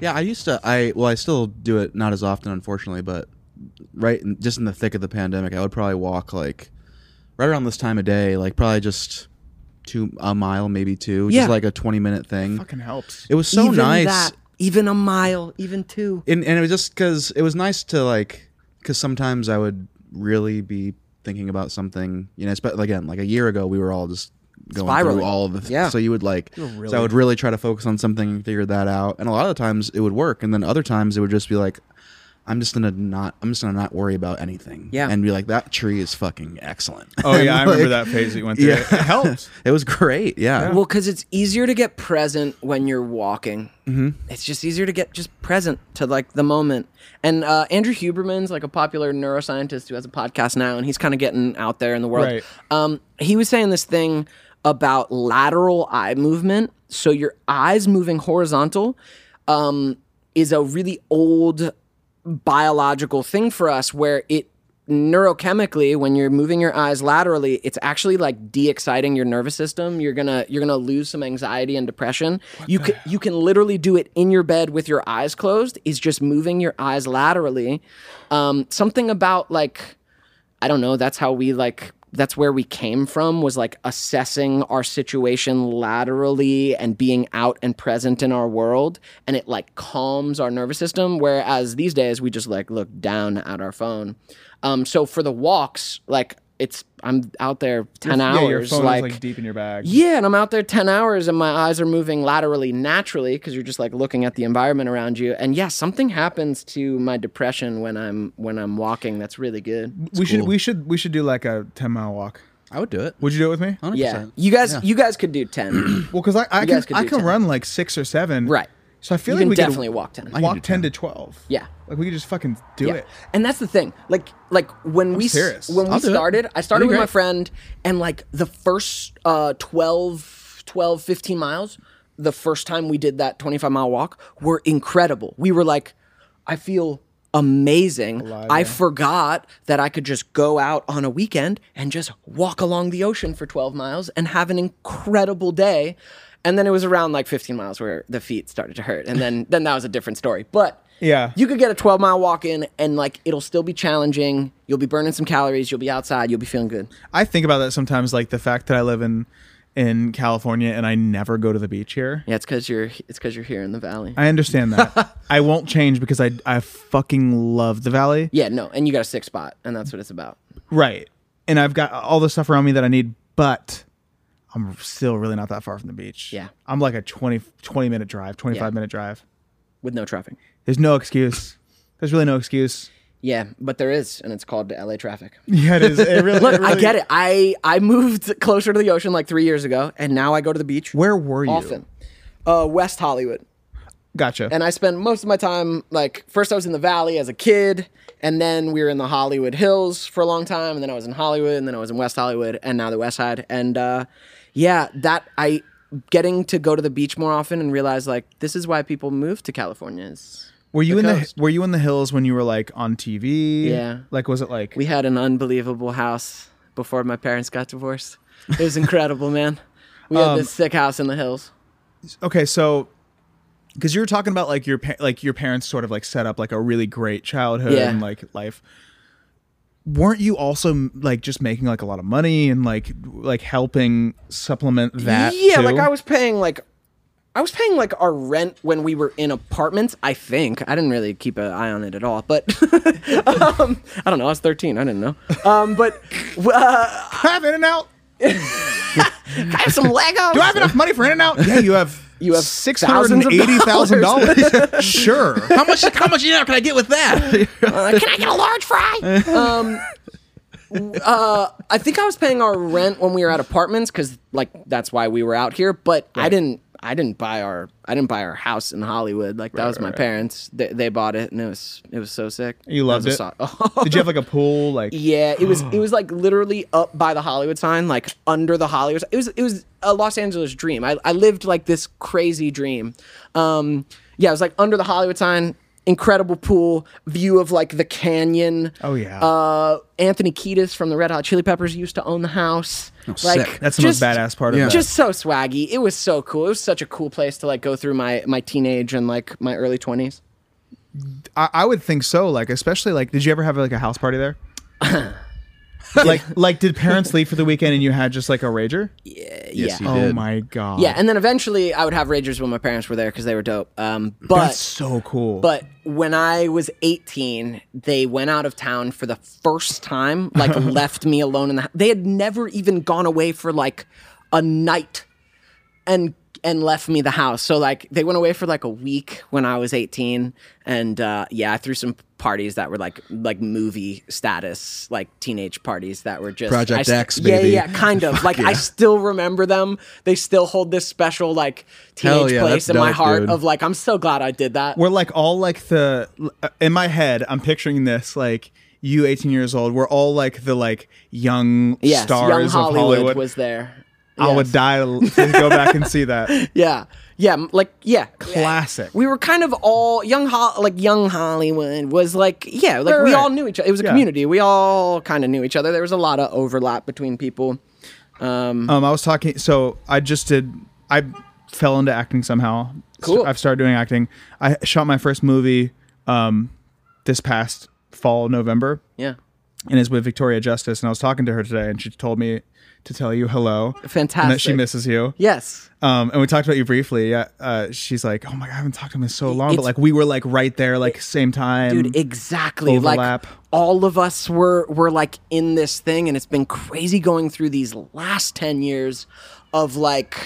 Yeah, I used to. I well, I still do it not as often, unfortunately, but right, in, just in the thick of the pandemic, I would probably walk like right around this time of day, like probably just two a mile, maybe two, Yeah. just like a twenty minute thing. helps. It was so even nice, That, even a mile, even two. and and it was just because it was nice to like because sometimes I would really be thinking about something, you know. But again, like a year ago, we were all just going Spiraling. through all of the th- Yeah. So you would like, so I would really try to focus on something and figure that out. And a lot of the times it would work, and then other times it would just be like. I'm just gonna not. I'm just gonna not worry about anything. Yeah. and be like, that tree is fucking excellent. Oh, yeah, I remember Like, that phase that you went through. It helps. It was great. Yeah. Well, because it's easier to get present when you're walking. Mm-hmm. It's just easier to get just present to like the moment. And uh, Andrew Huberman's like a popular neuroscientist who has a podcast now, and he's kind of getting out there in the world. Right. Um, he was saying this thing about lateral eye movement. So your eyes moving horizontal um, is a really old biological thing for us where it neurochemically when you're moving your eyes laterally it's actually like de-exciting your nervous system you're gonna you're gonna lose some anxiety and depression you can you can literally do it in your bed with your eyes closed is just moving your eyes laterally um, something about like I don't know. That's how we like. That's where we came from was like assessing our situation laterally and being out and present in our world. And it like calms our nervous system. Whereas these days we just like look down at our phone. Um, so for the walks, like it's, I'm out there 10 hours. yeah, your phone like, is like deep in your bag. yeah, and I'm out there 10 hours and my eyes are moving laterally naturally because you're just like looking at the environment around you. And yeah, something happens to my depression when I'm when I'm walking. That's really good. we should we should we should do like a ten mile walk. I would do it. Would you do it with me? 100%. Yeah, you guys, you guys could do ten. Well, because I, I can guys could I do can 10. run like six or seven. Right. So I feel You like can we definitely could walk 10. I Walk can do 10 to twelve. Yeah. Like we could just fucking do yeah, it. and that's the thing. Like, like when we s- serious. when we I'll do it. started, I started That'd be with my great. friend, and like the first uh, 12, 12, 15 miles, the first time we did that twenty five mile walk, were incredible. We were like, I feel amazing. I forgot that I could just go out on a weekend and just walk along the ocean for twelve miles and have an incredible day. And then it was around like 15 miles where the feet started to hurt, and then then that was a different story. But Yeah. you could get a 12 mile walk in and like it'll still be challenging. You'll be burning some calories. You'll be outside. You'll be feeling good. I think about that sometimes, like the fact that I live in in California and I never go to the beach here. Yeah, it's because you're it's because you're here in the valley. I understand that. I won't change because I I fucking love the valley. yeah, no, and you got a sick spot, and that's what it's about. Right. And I've got all the stuff around me that I need, but I'm still really not that far from the beach. Yeah. I'm like a 20, 20 minute drive, 25 minute drive. With no traffic. There's no excuse. There's really no excuse. Yeah, but there is, and it's called LA traffic. Yeah, it is. It really, Look, I get it. I I moved closer to the ocean like three years ago, and now I go to the beach Where were you? often. Uh, West Hollywood. Gotcha. and I spent most of my time like first I was in the valley as a kid, and then we were in the Hollywood Hills for a long time, and then I was in Hollywood, and then I was in West Hollywood, and now the West Side, and uh, yeah, that I getting to go to the beach more often and realize like this is why people move to California is were you the in coast. the Were you in the hills when you were like on TV? Yeah. Like, was it like? we had an unbelievable house before my parents got divorced. It was incredible, man. We had Um, this sick house in the hills. okay, so because you were talking about like your pa- like your parents sort of like set up like a really great childhood Yeah. and like life. Weren't you also m- like just making like a lot of money and like like helping supplement that? yeah too? like i was paying like i I was paying like our rent when we were in apartments. I think I didn't really keep an eye on it at all, but um, I don't know. I was thirteen. I didn't know. Um, but uh, Have In and Out. I have some Legos. Do I have enough money for In and Out? Yeah, you have. You have six hundred thousands and of eighty thousand dollars. sure. How much? How much you know can I get with that? Uh, can I get a large fry? um, uh, I think I was paying our rent when we were at apartments because like that's why we were out here. But I didn't. I didn't buy our. I didn't buy our house in Hollywood. Like that was my parents. They, they bought it, and it was it was so sick. You That loved was it. a so- Did you have like a pool? Like yeah, it was it was like literally up by the Hollywood sign, like under the Hollywood. It was it was a Los Angeles dream. I, I lived like this crazy dream. Um, yeah, it was like under the Hollywood sign, incredible pool view of like the canyon. Oh, yeah. Uh, Anthony Kiedis from the Red Hot Chili Peppers used to own the house. like Oh, sick. that's the most badass part of yeah. that. Just so swaggy. It was so cool. It was such a cool place to like go through my my teenage and like my early twenties. I, I would think so. Like, especially like, did you ever have like a house party there? like, like, did parents leave for the weekend and you had just like a rager? yeah. you oh did. my god. Yeah, and then eventually I would have ragers when my parents were there because they were dope. Um, but that's so cool. But when I was 18, they went out of town for the first time, like left me alone in the house. They had never even gone away for like a night and and left me the house. So like they went away for like a week when I was 18 and uh yeah, I threw some parties that were like like movie status, like teenage parties that were just Project I st- X, Yeah, baby. yeah, kind of. Like I still remember them. They still hold this special like Hell teenage yeah, place that's in my dope, heart dude. of like I'm so glad I did that. we're like all like the uh, in my head. I'm picturing this like you, 18 years old. We're all like the like young yes, stars Young of Hollywood, Hollywood. was there. I would Yes. die to go back and see that. Yeah, yeah, m- like yeah, Classic. We were kind of all young, Ho- like young Hollywood was like yeah, like Right, we right. all knew each other. It was a Yeah. community. We all kind of knew each other. There was a lot of overlap between people. Um, I was talking. So I just did. I fell into acting somehow. Cool. i I've started doing acting. I shot my first movie um, this past fall, November, Yeah, and it's with Victoria Justice. And I was talking to her today, and she told me to tell you hello. And that she Fantastic. misses you. yes, Um, and we talked about you briefly. Yeah. Uh, she's like, oh my god, I haven't talked to him in so long, but It's- like we were like right there, like same time. dude, exactly. overlap. Like all of us were were like in this thing, and it's been crazy going through these last ten years of like.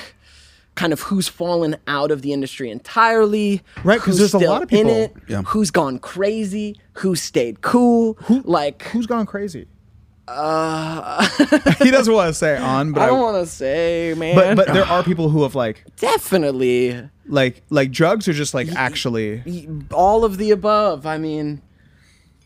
Kind of who's fallen out of the industry entirely, Right, 'cause who's there's a still lot of in people. it, who's gone crazy, who stayed cool, like Who's gone crazy? Uh, he doesn't want to say on, but I I- don't want to say, man. but but there are people who have like definitely like like drugs are just like actually all of the above. I mean,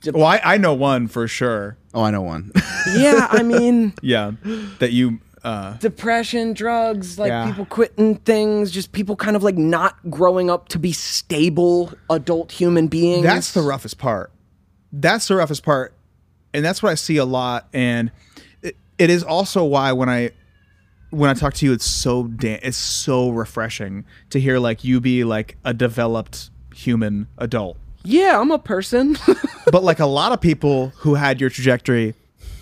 well I, I know one for sure Oh, I know one. yeah, I mean, yeah that you uh depression, drugs, like Yeah. people quitting things, just people kind of like not growing up to be stable adult human beings. that's the roughest part that's the roughest part and that's what i see a lot and it, it is also why when i when i talk to you it's so da- it's so refreshing to hear like you be like a developed human adult yeah, I'm a person. but like a lot of people who had your trajectory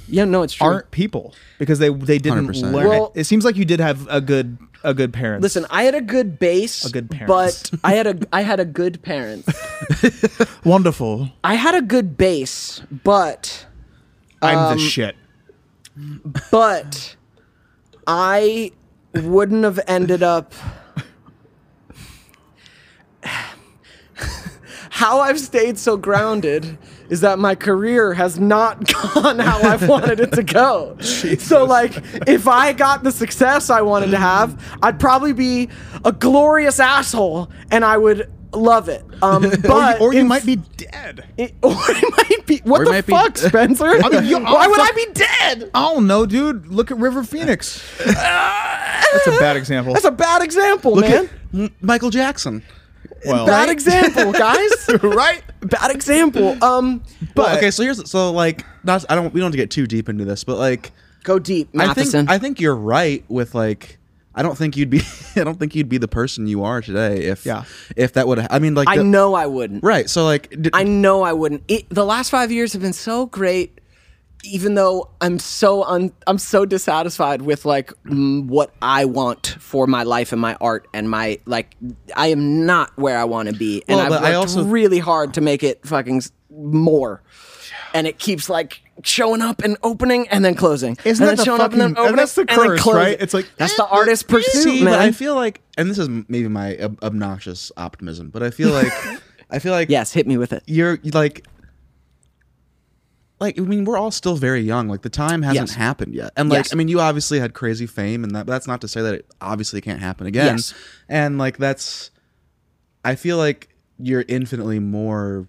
yeah, no, it's true. aren't people because they they didn't 100%. learn Well- it. it seems like you did have a good a good parents Listen, I had a good base, a good parents. but I had a I had a good parent. wonderful I had a good base, but i'm the Um, shit but I wouldn't have ended up how I've stayed so grounded is that my career has not gone how I've wanted it to go. So like if I got the success I wanted to have, I'd probably be a glorious asshole and I would love it. Um but or you in- might be dead. it- or it might be what Or it the might be- fuck, Spencer? mean, you- Why I'll would I fuck- be dead? I don't know, Oh, dude. Look at River Phoenix. That's a bad example. That's a bad example, man. M- Michael Jackson. well, bad example, guys. right? bad example. Um, But Well, okay, so here's so like not I don't we don't have to get too deep into this, but like go deep, I think Matheson. I think you're right with like I don't think you'd be I don't think you'd be the person you are today if Yeah. if that would I mean like I the- know I wouldn't. right so like d- I know I wouldn't. It, the last five years have been so great. even though I'm so un- I'm so dissatisfied with like mm, what I want for my life and my art and my like I am not where I want to be and Well, I've but worked I also- really hard to make it fucking s- more and it keeps like showing up and opening and then closing Isn't that and then the showing up and fucking- then opening that's the and then curse, closing. right? It's like, eh, that's the artist pursuit See, man but I feel like, and this is maybe my ob- obnoxious optimism, but I feel like, I feel like, yes hit me with it you're like like I mean, we're all still very young. Like the time hasn't Yes. happened yet, and like Yes. I mean, you obviously had crazy fame, and that but that's not to say that it obviously can't happen again. Yes. And like that's, I feel like you're infinitely more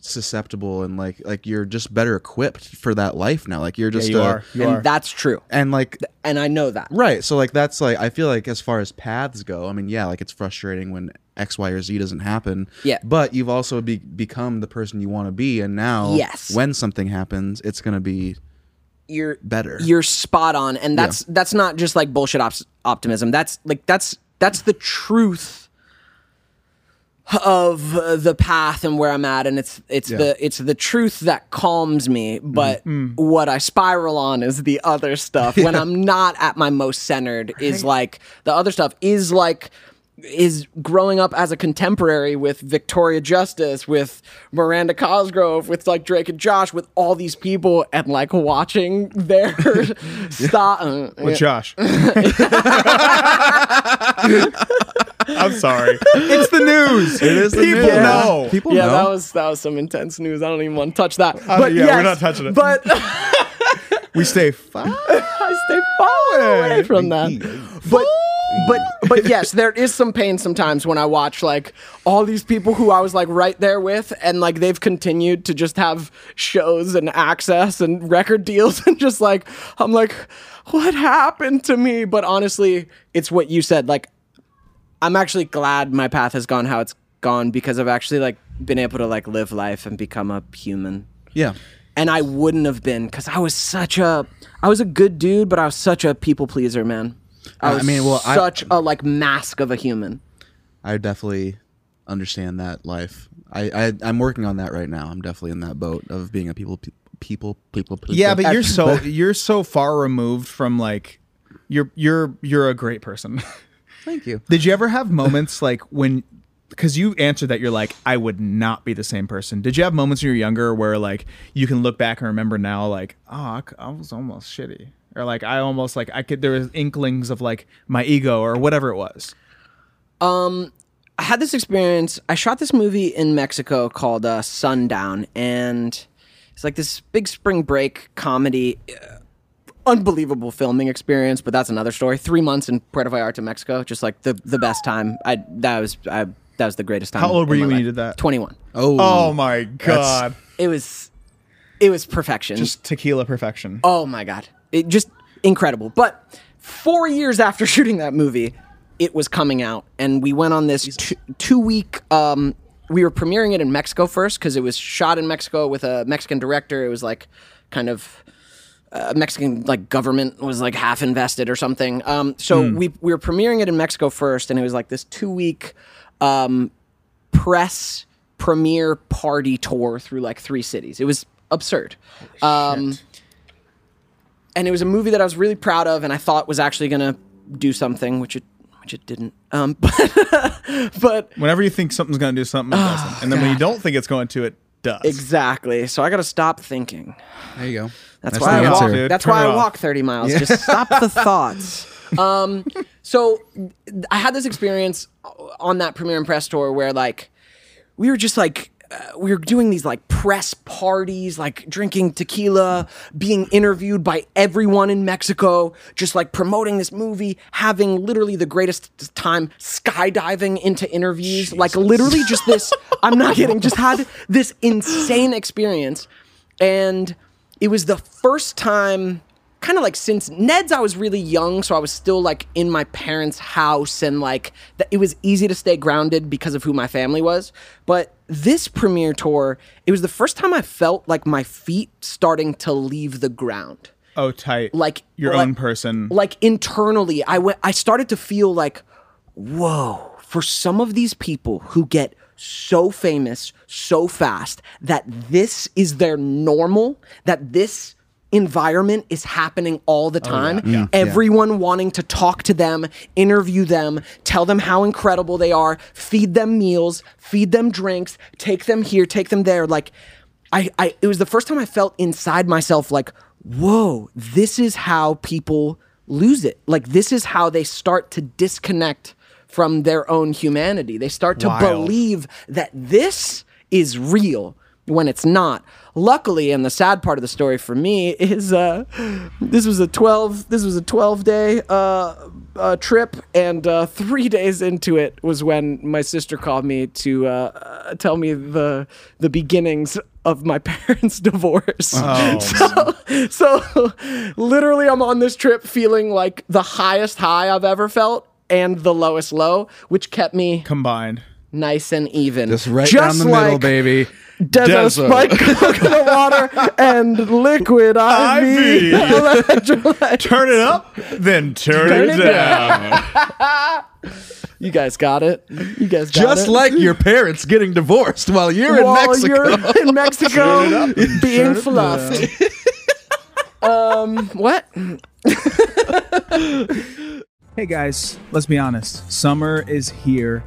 susceptible, and like like you're just better equipped for that life now. Like you're just you a- are. You and are. that's true and like and I know that Right. So like that's like I feel like as far as paths go, I mean, yeah, like it's frustrating when X, Y, or Z doesn't happen. Yeah. But you've also be- become the person you want to be, and now, Yes. when something happens, it's gonna be you're better. You're spot on, and that's that's not just like bullshit ops optimism. That's like that's that's the truth of uh, the path and where I'm at, and it's it's the it's the truth that calms me. But Mm-hmm. Mm. what I spiral on is the other stuff. When I'm not at my most centered, is like the other stuff is like is growing up as a contemporary with Victoria Justice, with Miranda Cosgrove, with like Drake and Josh, with all these people, and like watching their uh, stop. with Josh. I'm sorry. It's the news. It is the People news. know. People yeah, know. that was that was some intense news. I don't even want to touch that. Uh, but yeah, yes, we're not touching it. But We stay fine. I stay far away from that. But but but yes, there is some pain sometimes when I watch like all these people who I was like right there with, and like they've continued to just have shows and access and record deals, and just like I'm like, what happened to me? But honestly, it's what you said. Like I'm actually glad my path has gone how it's gone because I've actually like been able to like live life and become a human yeah. and I wouldn't have been because I was such a I was a good dude, but I was such a people pleaser, man. I I was mean, well, I- such a like mask of a human. I definitely understand that life. I, I I'm working on that right now. I'm definitely in that boat of being a people pe- people people. people Yeah, but you're so you're so far removed from like you're you're you're a great person. thank you. Did you ever have moments like when because you answered that you're like I would not be the same person. Did you have moments when you were younger where like you can look back and remember now like oh I, c- I was almost shitty or like I almost like I could there was inklings of like my ego or whatever it was. I had this experience. I shot this movie in Mexico called uh, Sundown, and it's like this big spring break comedy. uh, Unbelievable filming experience, but that's another story. Three months in Puerto Vallarta, Mexico, just like the the best time. I that was I, that was the greatest time. How old in were you my when you did life. that? Twenty-one. Oh, Oh my god. It was, it was perfection. Just tequila perfection. Oh my god, it just incredible. But four years after shooting that movie, it was coming out, and we went on this two, two week. Um, we were premiering it in Mexico first because it was shot in Mexico with a Mexican director. It was like kind of. Uh, Mexican like government was like half invested or something. Um, so we we were premiering it in Mexico first, and it was like this two week um, press premiere party tour through like three cities. It was absurd. Um, and it was a movie that I was really proud of, and I thought was actually gonna do something, which it which it didn't. Um, but but Whenever you think something's going to do something, it doesn't. And then when you don't think it's going to, it does. exactly. So I gotta stop thinking. there you go. That's, the why I answer. walk. Dude, That's turn why it I off. walk thirty miles. Just stop the thoughts. Um, so th- I had this experience on that premiere and press tour where like we were just like uh, we were doing these like press parties, like drinking tequila, being interviewed by everyone in Mexico, just like promoting this movie, having literally the greatest time skydiving into interviews, like literally just this. I'm not kidding. Just had this insane experience, and it was the first time kind of like since Ned's, I was really young, so I was still like in my parents' house, and like that it was easy to stay grounded because of who my family was. But this premiere tour, it was the first time I felt like my feet starting to leave the ground, Oh, tight. like your like- own person. Like internally, I went. I started to feel like, whoa. For some of these people who get so famous so fast that this is their normal, that this environment is happening all the time. Everyone wanting to talk to them, interview them, tell them how incredible they are, feed them meals, feed them drinks, take them here, take them there. Like, I, I it was the first time I felt inside myself like, whoa, this is how people lose it. Like this is how they start to disconnect from their own humanity. They start to Wild. believe that this is real when it's not. Luckily, and the sad part of the story for me is uh, this was a 12 this was a 12 day uh, uh, trip and uh, 3 days into it was when my sister called me to uh, uh, tell me the the beginnings of my parents' divorce. so, so literally I'm on this trip feeling like the highest high I've ever felt and the lowest low, which kept me combined. nice and even. Just right down the middle, like baby. Dezo Dezo. spiked coconut water and liquid IV. Ivy. Electrolyte. Turn it up, then turn, it it down. you guys got it. You guys got Just it. like your parents getting divorced while you're While in Mexico. you're in Mexico being fluffed. um, what? Hey guys, let's be honest. Summer is here.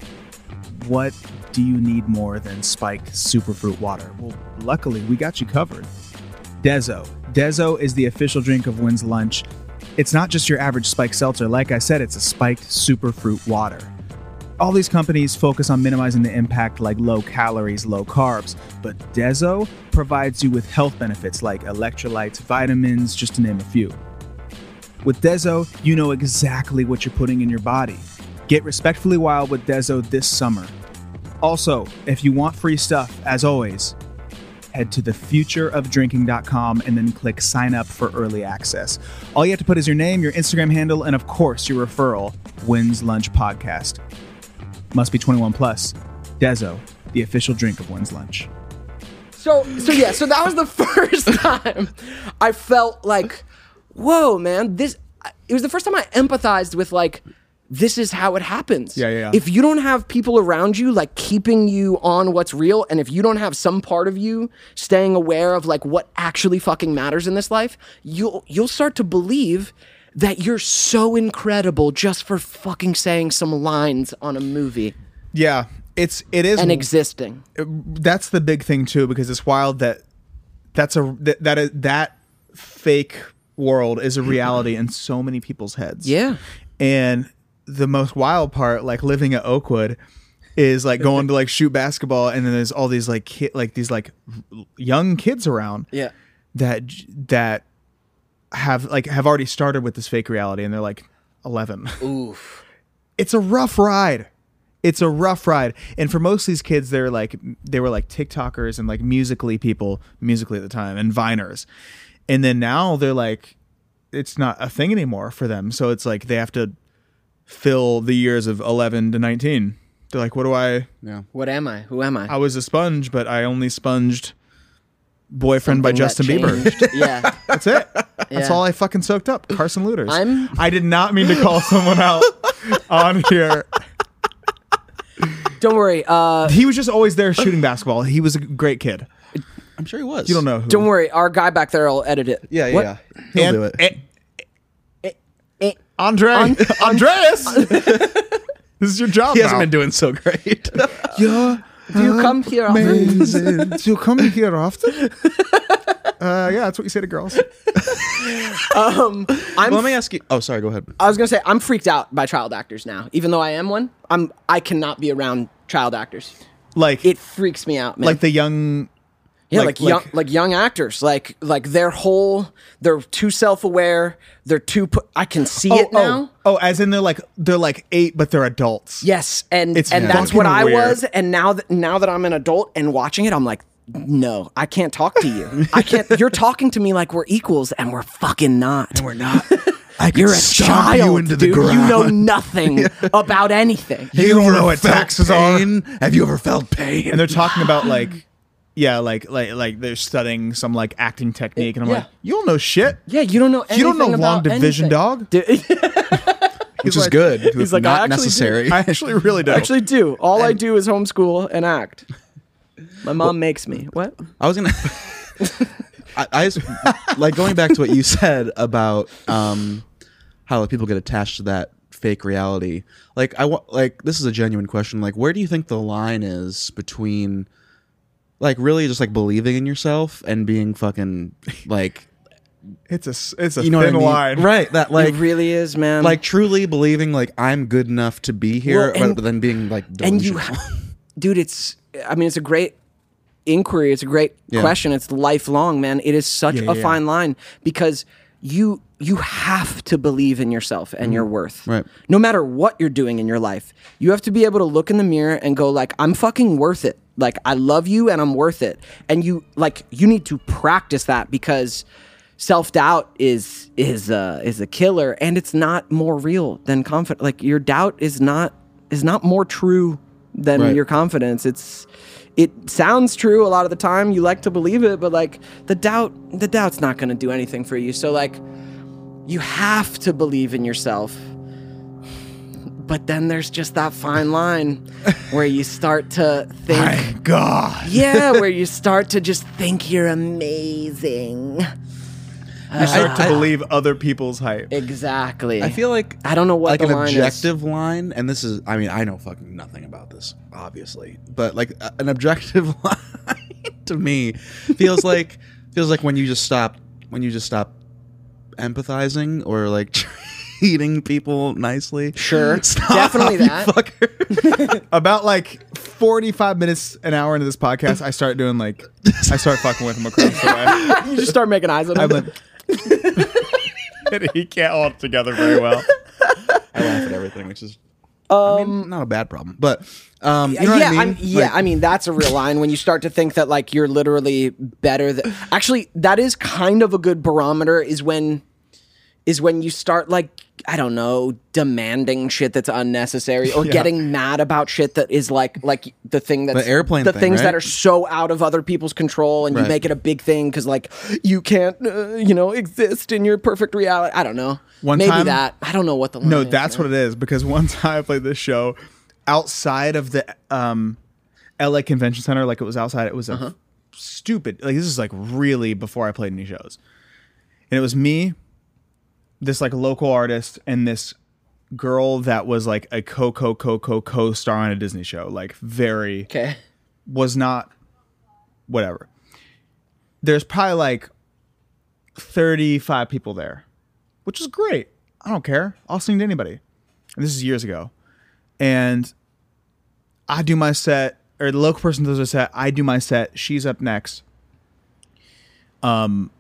What do you need more than spiked superfruit water? Well, luckily, we got you covered. Dezo. Dezo is the official drink of Wynn's Lunch. It's not just your average spiked seltzer. Like I said, it's a spiked superfruit water. All these companies focus on minimizing the impact like low calories, low carbs, but Dezo provides you with health benefits like electrolytes, vitamins, just to name a few. With Dezo, you know exactly what you're putting in your body. Get respectfully wild with Dezo this summer. Also, if you want free stuff, as always, head to thefutureofdrinking.com and then click sign up for early access. All you have to put is your name, your Instagram handle, and of course, your referral, Wins Lunch Podcast. Must be 21 plus. Dezo, the official drink of Wins Lunch. So so yeah, so that was the first time I felt like, whoa, man, this. It was the first time I empathized with like, this is how it happens. Yeah, yeah, yeah. If you don't have people around you like keeping you on what's real, and if you don't have some part of you staying aware of like what actually fucking matters in this life, you'll you'll start to believe that you're so incredible just for fucking saying some lines on a movie Yeah, it's it is and existing. that's the big thing too because it's wild that that's a that that, is, that fake world is a reality in so many people's heads Mm-hmm. Yeah. and the most wild part like living at oakwood is like going to like shoot basketball and then there's all these like ki- like these like young kids around Yeah. that j- that have like have already started with this fake reality and they're like 11 Oof. it's a rough ride. It's a rough ride. And for most of these kids, they're like they were like TikTokers and like musically people, musically at the time, and Viners. And then now they're like it's not a thing anymore for them. So it's like they have to fill the years of eleven to nineteen. They're like, what do I What am I? Who am I? I was a sponge, but I only sponged boyfriend by Something Justin that Bieber. changed. yeah. That's it. That's Yeah. all I fucking soaked up. Carson Luters. I'm- I did not mean to call someone out on here. Don't worry. Uh, He was just always there shooting basketball. He was a great kid. I'm sure he was. You don't know. Who. don't worry. Our guy back there will edit it. Yeah, yeah, What? yeah. He'll And- do it. and- Eh, Andre, Andreas, this is your job. he hasn't now. been doing so great. Do you come here? often? Amazing. Do you come here often? Uh, yeah, that's what you say to girls. I'm. Let me ask you. Oh, sorry. Go ahead. I was gonna say I'm freaked out by child actors now. Even though I am one, I'm. I cannot be around child actors. Like It freaks me out, man. like the young. yeah, like- like, young, like- like, young actors, like like their whole. They're too self-aware. They're too. Pu- I can see Oh, it now. oh, oh, as in they're like they're like eight, but they're adults. Yes, and It's and that's what fucking I weird. was, and now that now that I'm an adult and watching it, I'm like, no, I can't talk to you. I can't. You're talking to me like we're equals, and we're fucking not. We're not. I could You're a stomp child, you into the dude. ground. You know nothing about anything. Have You don't ever know what felt taxes are. pain? Have you ever felt pain? and they're talking about like. Yeah, like like like they're studying some like acting technique, and I'm Yeah. like, you don't know shit. Yeah, you don't know. You don't know anything long about division, anything. dog. Dude, Which is good. He's like, not I actually do. necessary. I actually really do. I actually do. All I do is homeschool and act. My mom makes me. What? I was gonna. I, I just, like going back to what you said about um, how like, people get attached to that fake reality. Like I wa- like this is a genuine question. Like where do you think the line is between like really just like believing in yourself and being fucking like It's a s- it's a you know thin what I mean? line, right? That like it really is, man. like truly believing like I'm good enough to be here, Well, and- rather than being like and you, delusional. ha- dude, it's. I mean, it's a great inquiry. It's a great question. It's lifelong, man. It is such Yeah, a yeah. fine line because you you have to believe in yourself and Mm-hmm. your worth. Right. No matter what you're doing in your life, you have to be able to look in the mirror and go like, I'm fucking worth it. Like I love you and I'm worth it. And you like you need to practice that because self-doubt is is uh is a killer and it's not more real than confident like your doubt is not is not more true than Right. your confidence. It's it sounds true a lot of the time. You like to believe it, but like the doubt the doubt's not going to do anything for you. So like you have to believe in yourself. But then there's just that fine line where you start to think My God. Yeah, where you start to just think you're Amazing. You start to believe other people's hype. exactly. I feel like I don't know what like the an line is. objective line, and this is I mean I know fucking nothing about this obviously, but like a- an objective line to me feels like feels like when you just stop when you just stop empathizing or like treating people nicely. Sure. Stop, Definitely you that. fucker. About like 45 minutes, an hour into this podcast, I start doing like, I start fucking with him across the way. you just start making eyes at I'm him. like, and he can't hold it together very well. I laugh at everything, which is I mean, not a bad problem, but um, you know yeah, what I mean. am yeah. Like, I mean, that's a real line when you start to think that like you're literally better than. Actually, that is kind of a good barometer. Is when, is when you start like I don't know, demanding shit that's unnecessary or getting mad about shit that is like like the thing that's The airplane the thing, things that right? are so out of other people's control, and you Right. make it a big thing because like you can't uh, you know exist in your perfect reality. I don't know. One Maybe time- that I don't know what the line No, is, that's man. what it is. Because one time I played this show outside of the um, LA Convention Center, like it was outside. It was a stupid. Like this is like really before I played any shows, and it was me, this like local artist, and this girl that was like a co co co co co star on a Disney show. Like very okay. was not whatever. There's probably like 35 people there, which is great. I don't care. I'll sing to anybody. And this is years ago. And I do my set, or the local person does her set. I do my set. She's up next. Um,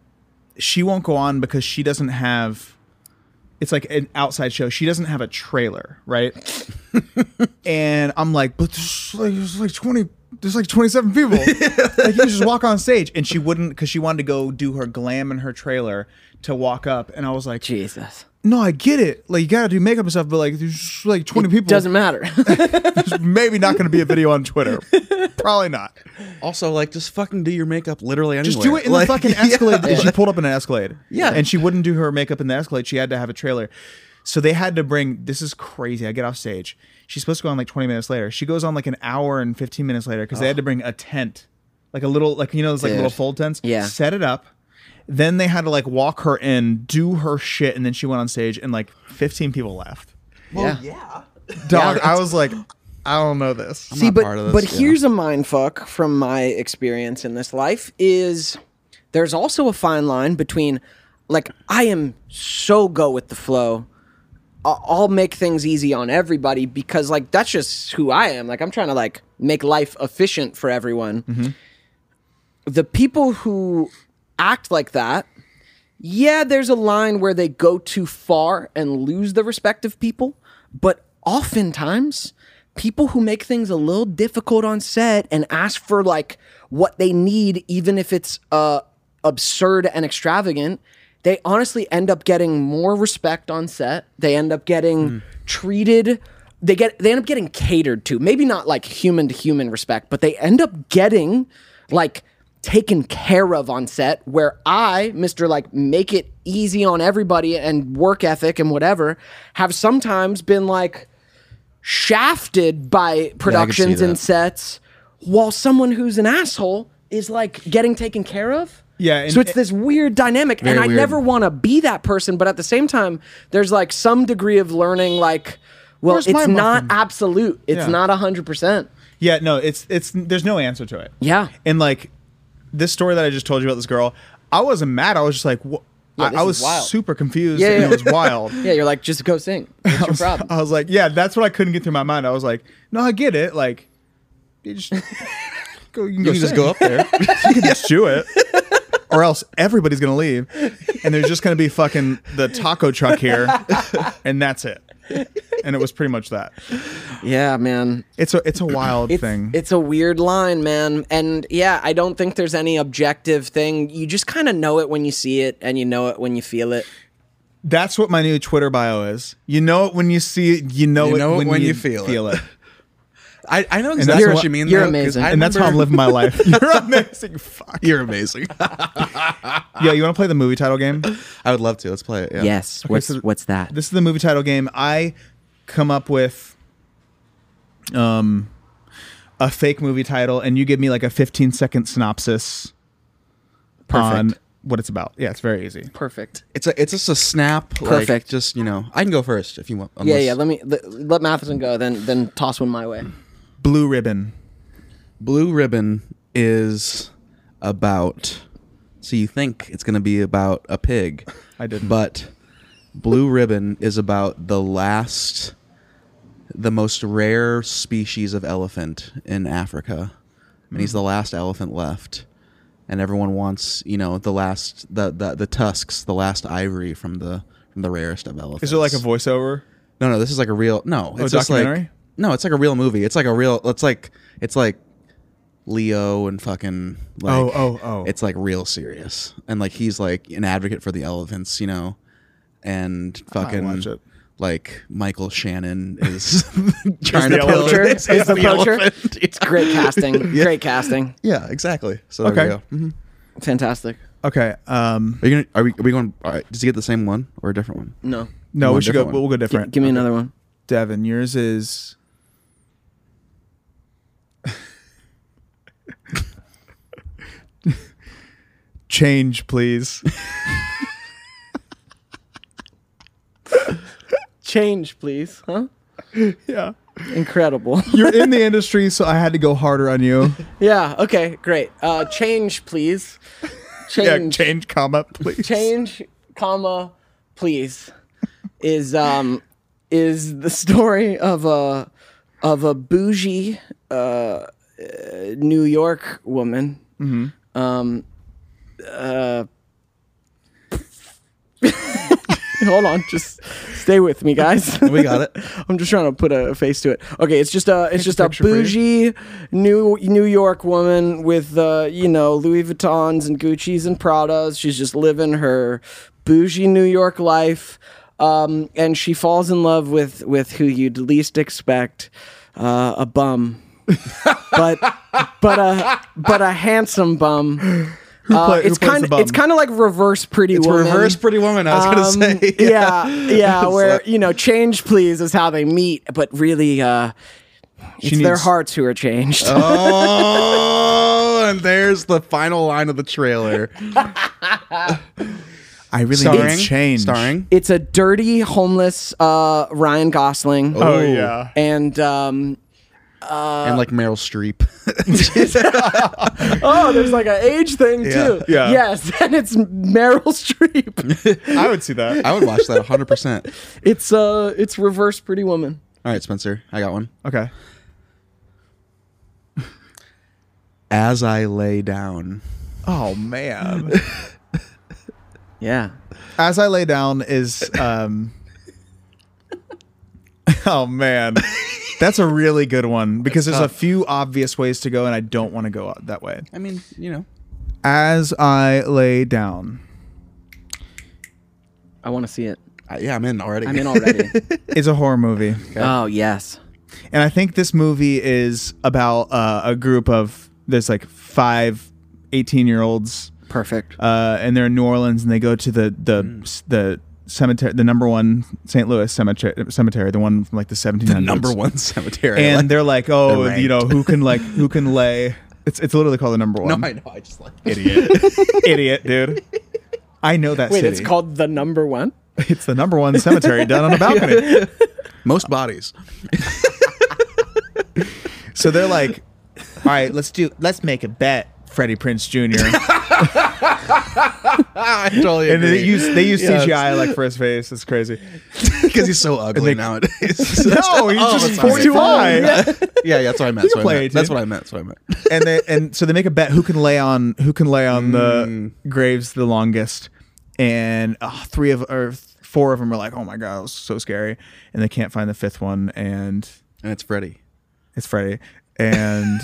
she won't go on because she doesn't have. It's like an outside show. She doesn't have a trailer, right? and I'm like, but there's like, there's like 20, there's like 27 people. like you can just walk on stage, and she wouldn't because she wanted to go do her glam in her trailer to walk up, and I was like, Jesus. no, I get it. Like you gotta do makeup and stuff, but like there's just, like 20 people. Doesn't matter. There's maybe not gonna be a video on Twitter. Probably not. also, like, just fucking do your makeup literally anywhere. Just do it in Like, the fucking Escalade because she pulled up in an Escalade. Yeah. And she wouldn't do her makeup in the Escalade. She had to have a trailer. So they had to bring this is crazy. I get off stage. She's supposed to go on like 20 minutes later. She goes on like an hour and 15 minutes later because they had to bring a tent. Like a little like you know those like Oh. Dude. little fold tents. Yeah. Set it up. Then they had to like walk her in, do her shit, and then she went on stage and like 15 people left. yeah. Dog, I was like, I don't know this. See, not but part of this, but yeah. here's a mind fuck from my experience in this life is there's also a fine line between like I am so go with the flow. I- I'll make things easy on everybody because like that's just who I am. Like I'm trying to like make life efficient for everyone. Mm-hmm. The people who act like that yeah, there's a line where they go too far and lose the respect of people, but oftentimes people who make things a little difficult on set and ask for like what they need, even if it's uh, absurd and extravagant, they honestly end up getting more respect on set. They end up getting treated. They get they end up getting catered to. Maybe not like human to human respect, but they end up getting like taken care of on set where I, Mr. like make it easy on everybody and work ethic and whatever, have sometimes been like shafted by productions that. and sets while someone who's an asshole is like getting taken care of. Yeah, and- so it's this weird dynamic and I weird. never want to be that person, but at the same time there's like some degree of learning like well, Where's my it's not muffin? absolute. It's Yeah. not 100%. Yeah, no, it's it's there's no answer to it. Yeah. And like this story that I just told you about this girl, I wasn't mad. I was just like, wha- I, this I is was wild. super confused. Yeah, and yeah. it was wild. Yeah, you're like just go sing. What's your problem? I was like, yeah, that's what I couldn't get through my mind. I was like, no, I get it. Like, you just go, you can, You can just go up there. you can just do it. Or else everybody's gonna leave, and there's just gonna be fucking the taco truck here, and that's it. And it was pretty much that. Yeah, man. It's a it's a wild It's, thing. it's a weird line, man. And yeah, I don't think there's any objective thing. You just kind of know it when you see it and you know it when you feel it. That's what my new Twitter bio is. You know it when you see it. You know, You know it, when you feel it. it. I, I know that's exactly what, what- you mean. you're though, 'cause amazing. I and that's how I'm remember- living my life. You're amazing. Fuck. You're amazing. Yeah, you want to play the movie title game? I would love to. Let's play it. Yeah. Yes. what's so- what's that? This is the movie title game. I come up with um a fake movie title, and you give me like a 15 second synopsis on Perfect. what it's about. Yeah, it's very easy. Perfect. It's a it's just a snap. like, Perfect. just you know, I can go first if you want. Yeah, unless- yeah. Let me let, let Matheson go, then then toss one my way. Blue ribbon. Blue Ribbon is about. So you think it's going to be about a pig? I didn't. But Blue Ribbon is about the last, the most rare species of elephant in Africa, and Hmm. he's the last elephant left, and everyone wants you know the last the the, the tusks, the last ivory from the from the rarest of elephants. Is there like a voiceover? No, no, this is like a real no. It's just Oh, documentary? Like, no, it's like a real movie. It's like a real. It's like it's like Leo and fucking. Like, Oh, oh, oh. It's like real serious, and like he's like an advocate for the elephants, you know, and fucking. watch it. Like Michael Shannon is trying the to kill poacher? Is, Is the the poacher? elephant. It's great casting. Great casting. Yeah, exactly. So there Okay. we go. Mhm. Fantastic. Okay. Um Are you gonna? Are we? Are we going? All right. Does he get the same one or a different one? No. no, Come we on, should go. different one. We'll go different. Give me another one. Devin, yours is. Change, please. Change, please. Huh? yeah. Incredible. You're in the industry, so I had to go harder on you. yeah, okay, great. Uh change, please. yeah, Change. change, comma, please. change comma please is um is the story of a of a bougie uh, uh new york woman um uh hold on just stay with me guys We got it. I'm just trying to put a face to it. Okay, it's just a it's just a picture for you. bougie new New York woman with uh, you know Louis Vuittons and Gucci's and Pradas. She's just living her bougie New York life, um, and she falls in love with with who you'd least expect, uh, a bum, but but a but a handsome bum. Uh, play- who it's plays the kind of bum? it's kind of like reverse Pretty It's Woman. reverse Pretty Woman. I was gonna Um, say. yeah, yeah, It's where like- you know, change please is how they meet, but really, uh, it's their needs- hearts who are changed. oh, and there's the final line of the trailer. I really Starring, need change. starring. it's a dirty homeless uh, Ryan Gosling, Oh, Ooh. yeah. and um, and like Meryl Streep. oh, there's like an age thing Yeah, too. yeah. Yes, and it's Meryl Streep. I would see that. I would watch that 100. percent it's uh, it's reverse Pretty Woman. All right, Spencer, I got one. Okay. As I lay down, Oh, man. Yeah, As I lay down is. um Oh, man. That's a really good one because there's a few obvious ways to go, and I don't want to go out that way. I mean, you know, As I lay down. I want to see it. I, yeah, I'm in already. I'm in already. It's a horror movie. oh yes. And I think this movie is about uh, a group of there's like five 18 year olds Perfect. uh, and they're in New Orleans, and they go to the the the cemetery, the number one St. Louis cemetery, cemetery, the one from like the 1700s. number one cemetery. and Like- they're like, oh, They're you know, who can like who can lay? It's it's literally called the number one. no, I know. I just like idiot. idiot, dude. I know that Wait, city. it's called the number one. It's the number one cemetery done on a balcony. Most bodies. So they're like, all right, let's do let's make a bet, Freddie Prince Jr. I totally And they use they use Yes. CGI like for his face. It's crazy. because he's so ugly nowadays. No, he's Oh, just that's what I meant. 45. Yeah, yeah, that's what I meant. That's what I play meant. it, That's dude. what I meant. That's what I meant. and they and so they make a bet who can lay on who can lay on the graves the longest, and uh, three of or four of them are like, oh my god, it was so scary, and they can't find the fifth one, and And it's Freddy. it's Friday, and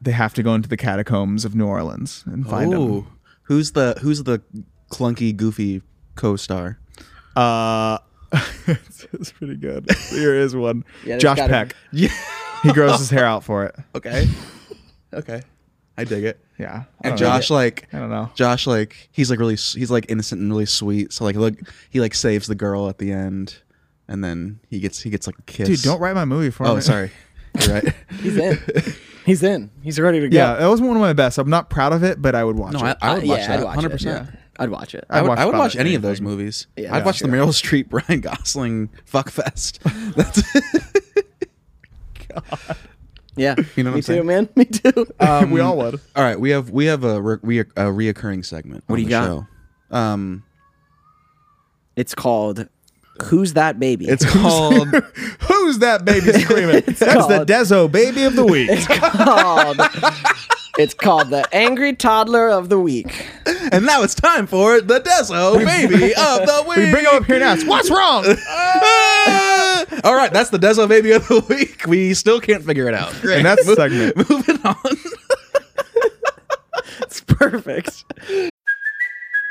they have to go into the catacombs of New Orleans and find him. Ooh. who's the who's the clunky, goofy co-star? Uh, it's pretty good. Here is one. Yeah, there's Josh gotta- Peck. he grows his hair out for it. Okay, okay, I dig it. Yeah, Oh, I And don't know. Josh, like, I don't know. Josh, like, he's like really, s- he's like innocent and really sweet. So like, look, he like saves the girl at the end, and then he gets he gets like a kiss. Dude, don't write my movie for me. Oh, sorry. You're right. He's in. He's in. He's ready to go. Yeah, that was one of my best. I'm not proud of it, but I would watch it. I would Uh, watch yeah, that. I'd watch Hundred it. percent. yeah. I'd watch it. I'd I would, I would about watch it, any of anything. those movies. Yeah. I'd watch the Meryl Streep, Brian Gosling fuck fest. That's Yeah. You know what I'm Me too, saying? man. Me too. we all would. All right, we have we have a re- re- a reoccurring segment. What do you got? Show. Um, it's called Who's That Baby? it's called Who's that baby screaming? That's called- the Dezo baby of the week. called It's called The Angry Toddler of the Week. and now it's time for the Deso Baby of the Week. we bring him up here and ask, what's wrong? Ah! All right, that's the Deso Baby of the Week. We still can't figure it out. Great. And that's the segment. Moving on. It's perfect.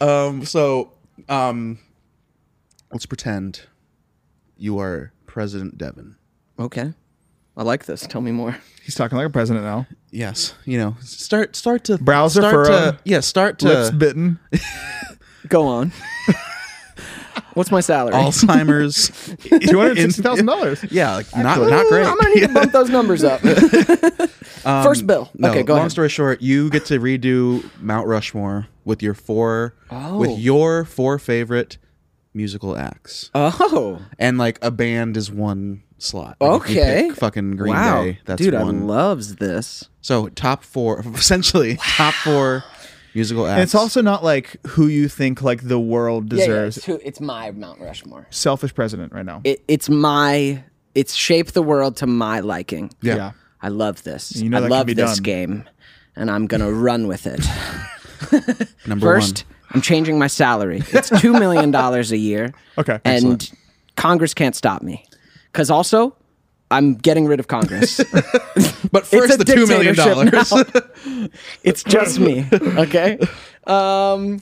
Um, so um, let's pretend you are President Devin. Okay. I like this. Tell me more. He's talking like a president now. Yes, you know, start start to Brows are start furrowed. to, yeah, start to Lips bitten. Go on. What's my salary? Alzheimer's. Two hundred sixty thousand dollars. yeah, like, not not great. Um, I'm gonna need to bump those numbers up. First bill. No, okay, go long ahead. story short, you get to redo Mount Rushmore with your four with your four favorite musical acts. oh, and like a band is one slot. Like, if you Okay. pick fucking Green wow, Day. That's dude, one. I loves this. so top four essentially top four musical acts. And it's also not like who you think like the world deserves. it's, who- it's my Mount Rushmore. Selfish president right now. It, it's my. It's shaped the world to my liking. yeah. yeah. I love this. You know I that can love be this done. game, and I'm gonna run with it. Number First, one. I'm changing my salary. It's two million dollars a year. Okay. and Congress can't stop me, because also. I'm getting rid of Congress. But first a the two million dictatorship dollars. it's just me, okay? Um,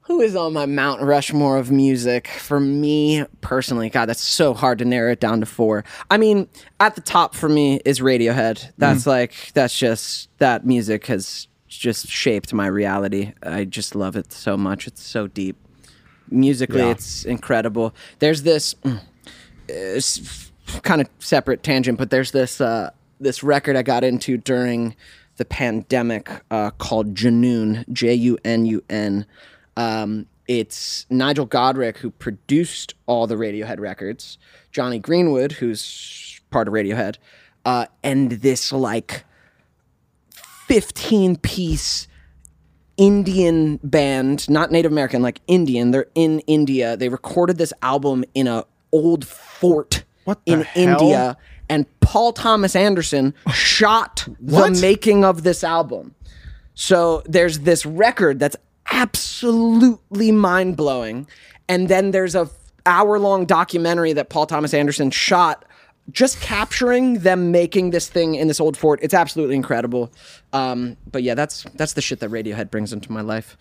who is on my Mount Rushmore of music? For me personally, God, that's so hard to narrow it down to four. I mean, at the top for me is Radiohead. Mm-hmm. That's like, that's just, that music has just shaped my reality. I just love it so much. It's so deep. Musically, it's incredible. There's this kind of separate tangent, but there's this uh, this record I got into during the pandemic uh, called Janoon, J U N U N. Um, It's Nigel Godric who produced all the Radiohead records, Johnny Greenwood, who's part of Radiohead, uh, and this like 15 piece Indian band, not Native American, like Indian. They're in India. They recorded this album in a old fort What the in hell? India, and Paul Thomas Anderson shot the making of this album. So there's this record that's absolutely mind blowing, and then there's a hour long documentary that Paul Thomas Anderson shot, just capturing them making this thing in this old fort. It's absolutely incredible. Um, but yeah, that's that's the shit that Radiohead brings into my life.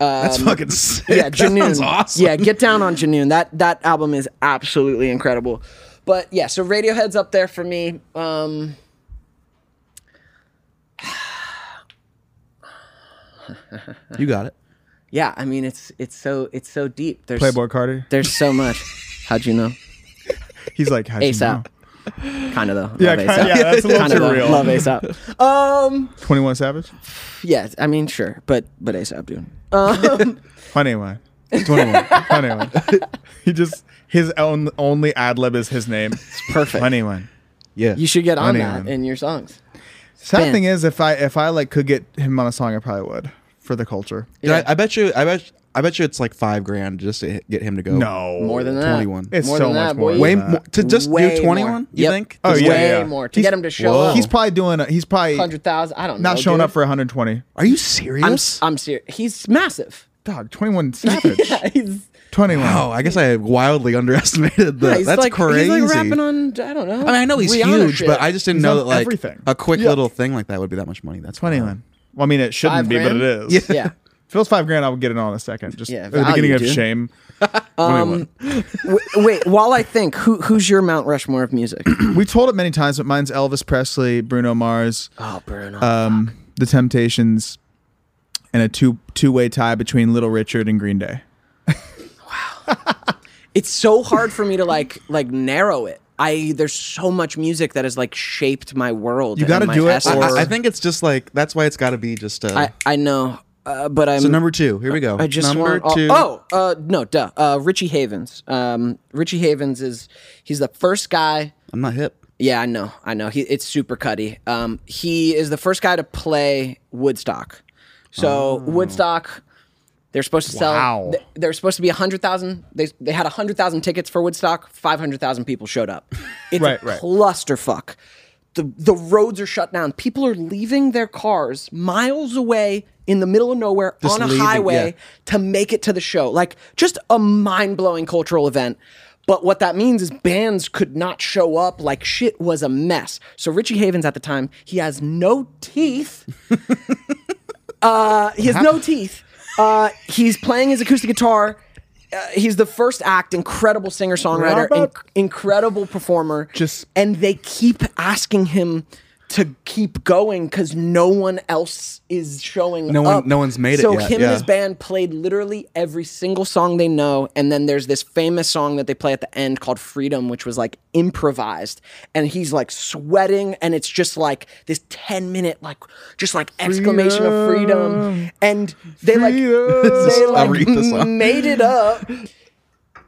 Uh, That's fucking sick. yeah, That sounds Janoon. awesome. Yeah, get down on Janoon. That that album is absolutely incredible. But yeah, so Radiohead's up there for me. Um, You got it. yeah, I mean it's it's so it's so deep. There's Playboy Carter. There's so much. How'd you know? He's like, how'd you know? ASAP. Kind of though. Love Yeah, kinda, ASAP. yeah, that's a little Kinda too though. real. Love ASAP. Um, 21 Savage? yeah, I mean sure, but but ASAP, dude. Funny one. 21. Funny one. He just, his own only ad lib is his name. It's perfect. Funny one. Yeah. You should get on Funny that one. in your songs. Sad Spin. thing is, if I if I like could get him on a song, I probably would for the culture. Dude, Yeah. I, I bet you. I bet. I bet you it's like five grand just to hit- get him to go. No, More than that. 21. It's more so than much that, more boy. than Way that. more, to just Way do more. twenty one. You Yep. think? Oh, Just yeah, way yeah. more to He's- get him to show Whoa. up. He's probably doing. A, he's probably hundred thousand. I don't know. not showing dude. up for 120. Are you I'm serious? I'm serious. He's massive. Dog, 21 Savage. he's 21. oh, I guess I wildly underestimated yeah, that. he's That's like crazy. he's like rapping on I don't know. I mean, I know he's huge, but I just didn't He's know on that like everything. a quick Yeah. little thing like that would be that much money. That's 21. Well, I mean, it shouldn't Five be, grand? but it is. yeah. If it was five grand, I would get it on in a second. Just Yeah, at the value, beginning of dude. Um, shame. 21. W- wait, while I think, who who's your Mount Rushmore of music? We've told it many times, but mine's Elvis Presley, Bruno Mars, oh, Bruno. um, The Temptations, and a two two way tie between Little Richard and Green Day. it's so hard for me to like like narrow it. I there's so much music that has like shaped my world. You gotta and my do it, essence. or- I, I think it's just like that's why it's got to be just. Uh, I, I know, uh, but I'm so number two. Here we go. I just number want all- two. Oh, uh, no, duh. Uh, Richie Havens. Um, Richie Havens is he's the first guy I'm not hip. Yeah, I know. I know. He it's super cutty. Um, he is the first guy to play Woodstock. So Woodstock, they're supposed to sell. Wow. th- They're supposed to be hundred thousand. They they had hundred thousand tickets for Woodstock. Five hundred thousand people showed up. It's Right, a right. clusterfuck. The the roads are shut down. People are leaving their cars miles away in the middle of nowhere Just on a leaving, highway yeah. to make it to the show. Like just a mind blowing cultural event. But what that means is bands could not show up. Like shit was a mess. So Richie Havens at the time, he has no teeth. uh, he has no teeth. Uh, he's playing his acoustic guitar. Uh, he's the first act, incredible singer songwriter, Robert. incredible performer. Just- and they keep asking him to keep going because no one else is showing No one- up. no one's made it So yet, him and yeah. his band played literally every single song they know, and then there's this famous song that they play at the end called "Freedom," which was like improvised, and he's like sweating, and it's just like this ten minute like just like exclamation of freedom, and they like they Freedom. like Aretha song. made it up.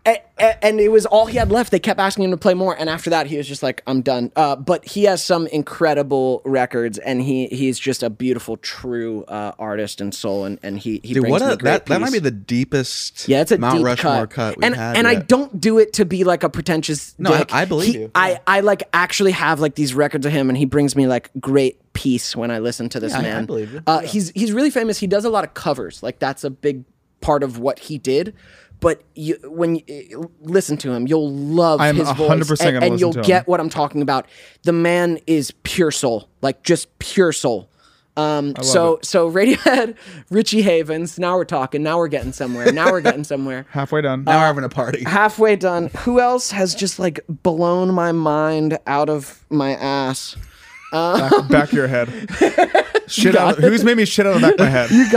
A- a- and it was all he had left. They kept asking him to play more, and after that, he was just like, "I'm done." Uh, but he has some incredible records, and he he's just a beautiful, true uh, artist and soul, and and he he Dude, brings what me a, great that, that peace. might be the deepest yeah, it's a Mount deep Rushmore cut, we've and had and I yet. don't do it to be like a pretentious. No, I- dick. I believe He- you. I I like actually have like these records of him, and he brings me like great peace when I listen to this I- I man. believe you. Uh, He's he's really famous. He does a lot of covers. Like that's a big part of what he did. But you, when you listen to him, you'll love I'm his voice, 100% and, gonna and listen you'll to him. get what I'm talking about. The man is pure soul, like just pure soul. Um, so so Radiohead, Richie Havens. Now we're talking. Now we're getting somewhere. Now we're getting somewhere Halfway done. now we're having a party. halfway done. Who else has just like blown my mind out of my ass? back, back of your head. shit out. Of, who's made me shit out of the back of my head? you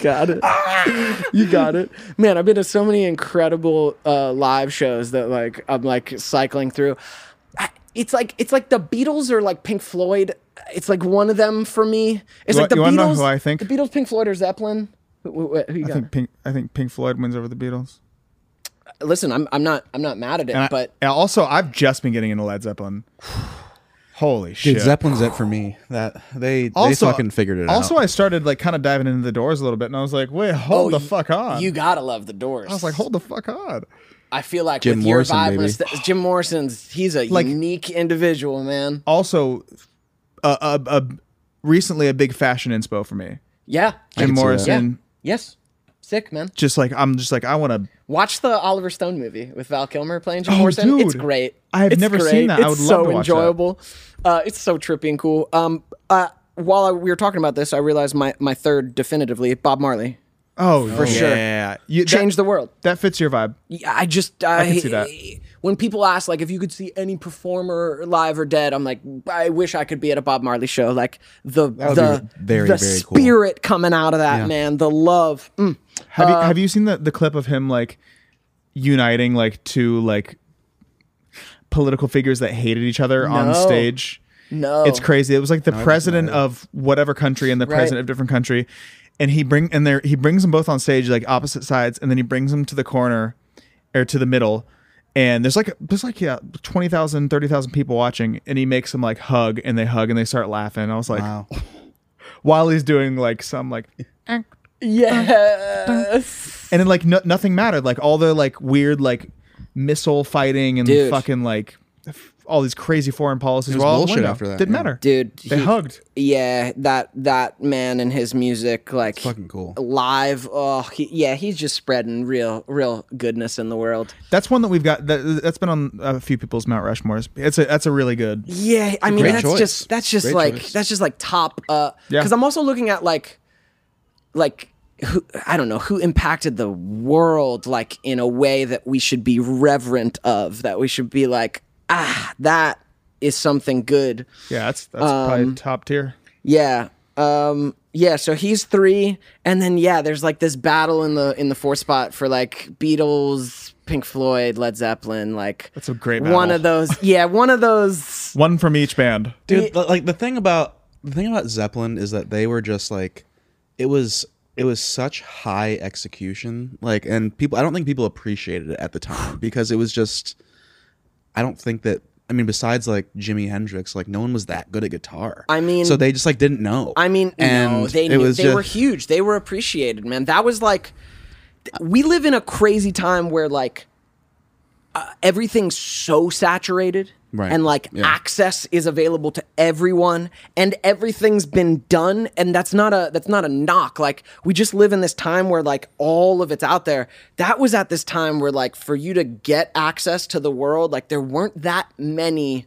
got it. you got it. Man, I've been to so many incredible uh, live shows that like I'm like cycling through. I- It's like it's like the Beatles or like Pink Floyd. It's like one of them for me. It's You like wa- the you wanna know Beatles. who I think? the Beatles, Pink Floyd, or Zeppelin. Who, who, who you I got? think Pink. I think Pink Floyd wins over the Beatles. Listen, I'm I'm not I'm not mad at it, And I- but and also, I've just been getting into Led Zeppelin. Holy shit! Dude, Zeppelin's it for me. That they also, they fucking figured it also out. I started like kind of diving into the doors a little bit, and I was like, "Wait, hold the y- fuck on!" oh, you gotta love the Doors. I was like, "Hold the fuck on!" I feel like Jim with Morrison, your vibe, baby. st- Jim Morrison's he's a Like- unique individual, man. Also, a uh, uh, recently a big fashion inspo for me. Jim Yeah. can see that. Morrison. Yes. Sick, man. Just like I'm just like I want to. Watch the Oliver Stone movie with Val Kilmer playing Jim Oh, Morrison. It's dude. great. I have It's never great. seen that. I It's would love so to watch that. enjoyable. Uh, it's so trippy and cool. Um, uh, while I, we were talking about this, I realized my my third definitively Bob Marley. Oh, for sure. Yeah, you, that- Change the world. That fits your vibe. Yeah, I just I, can see that. When people ask like if you could see any performer alive or dead, I'm like, I wish I could be at a Bob Marley show. Like the would the, be very, the very cool. spirit coming out of that man, the love. Mm. Have you have you seen the the clip of him like uniting like two like political figures that hated each other on No. stage? No, It's crazy. It was like the president of whatever country and the Right. president of different country, and he bring and there he brings them both on stage like opposite sides, and then he brings them to the corner or to the middle, and there's like there's like yeah 20,000, 30,000 people watching, and he makes them like hug, and they hug, and they start laughing. I was like, Wow. while he's doing like some like Yes. and then like no, nothing mattered like all the like weird like missile fighting and Dude. fucking like f- all these crazy foreign policies It was were all out the bullshit window. after that, didn't yeah. matter Dude, they he- hugged Yeah, that that man and his music, like fucking cool. live. Oh, he, yeah, he's just spreading real, real goodness in the world. that's one that we've got that, that's been on a few people's mount rushmores it's a that's a really good Yeah, I mean great that's choice. just that's just Great like choice. that's just like top. Uh, Yeah. because I'm also looking at like, like who I don't know who impacted the world like in a way that we should be reverent of. That we should be like, ah, that is something good. yeah that's that's Um, probably top tier Yeah. Um yeah, so he's 3 and then yeah, there's like this battle in the in the fourth spot for like Beatles, Pink Floyd, Led Zeppelin, like That's a great One battle. of those Yeah, one of those one from each band dude li- like the thing about the thing about zeppelin is that they were just like it was it was such high execution like and people i don't think people appreciated it at the time because it was just i don't think that i mean besides like jimi hendrix like no one was that good at guitar I mean- so they just like didn't know I mean, no, they knew, they were huge. They were appreciated, man. That was like th- we live in a crazy time where like uh, everything's so saturated Right. and like Yeah. access is available to everyone and everything's been done and that's not a that's not a knock like we just live in this time where like all of it's out there that was at this time where like for you to get access to the world like there weren't that many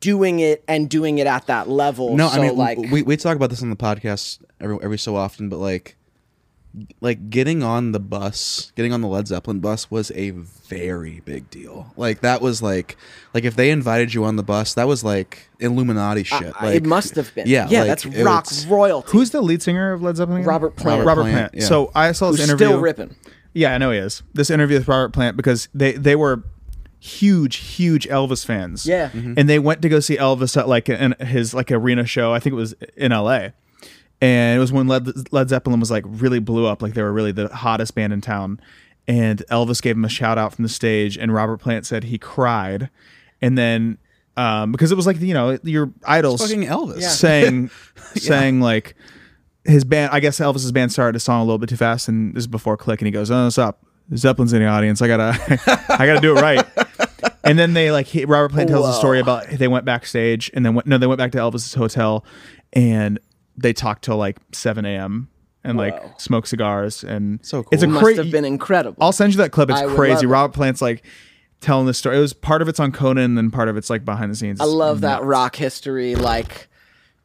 doing it and doing it at that level No, so, I mean, like like we, we talk about this on the podcast every every so often, but like, like getting on the bus, getting on the Led Zeppelin bus was a very big deal. Like that was like, like if they invited you on the bus, that was like Illuminati shit. I- Uh, like it must have been. Yeah, yeah, like, that's it rock was- royalty. who's the lead singer of led zeppelin again? Robert Plant. robert Robert plant, Plant, yeah. so i saw this Who's interview still ripping? Yeah, I know he is. This interview with Robert Plant because they they were huge, huge Elvis fans. Yeah. Mm-hmm. and they went to go see Elvis at like an, his like arena show. I think it was in L.A. And it was when Led, Led Zeppelin was like really blew up, like they were really the hottest band in town. And Elvis gave him a shout out from the stage, and Robert Plant said he cried, and then um, because it was like you know your idols fucking Elvis. Yeah. saying saying like his band i guess elvis's band started a song a little bit too fast and this is before click and he goes oh what's up zeppelin's in the audience i gotta i gotta do it right and then they like he, robert plant tells a story about they went backstage and then went no they went back to elvis's hotel and they talked till like 7 a.m and like smoked cigars and So it's a cool. Must crazy have been incredible. I'll send you that clip. It's I would love crazy. it. Robert Plant's like telling this story. It was part of it's on Conan, and then part of it's like behind the scenes. I love that rock history, like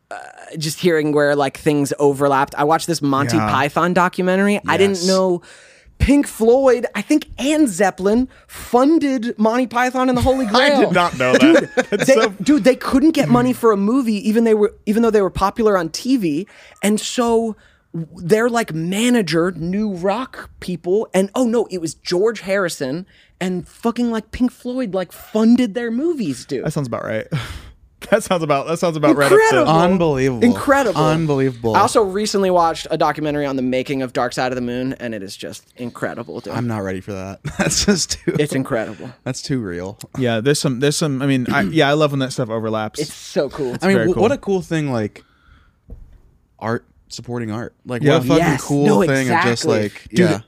uh, just hearing where like things overlapped. I watched this Monty Yeah. Python documentary. I didn't Yes. know Pink Floyd, I think, and Zeppelin funded Monty Python and the Holy Grail. I did not know that. That's they, so- dude, they couldn't get money for a movie, even they were, even though they were popular on TV, and so w- their like manager knew rock people, and oh no, it was George Harrison, and fucking like Pink Floyd like funded their movies, dude. that sounds about right. That sounds about that sounds about right. Incredible. Up to, Unbelievable. Incredible. Unbelievable. I also recently watched a documentary on the making of Dark Side of the Moon, and it is just incredible, dude. I'm not ready for that. That's just too. it's incredible. that's too real. yeah, there's some there's some. I mean, I, yeah, I love when that stuff overlaps. It's so cool. I mean, very w- cool. what a cool thing! Like art supporting art. Like Yeah. what a fucking Yes. cool No, thing of just exactly. like yeah.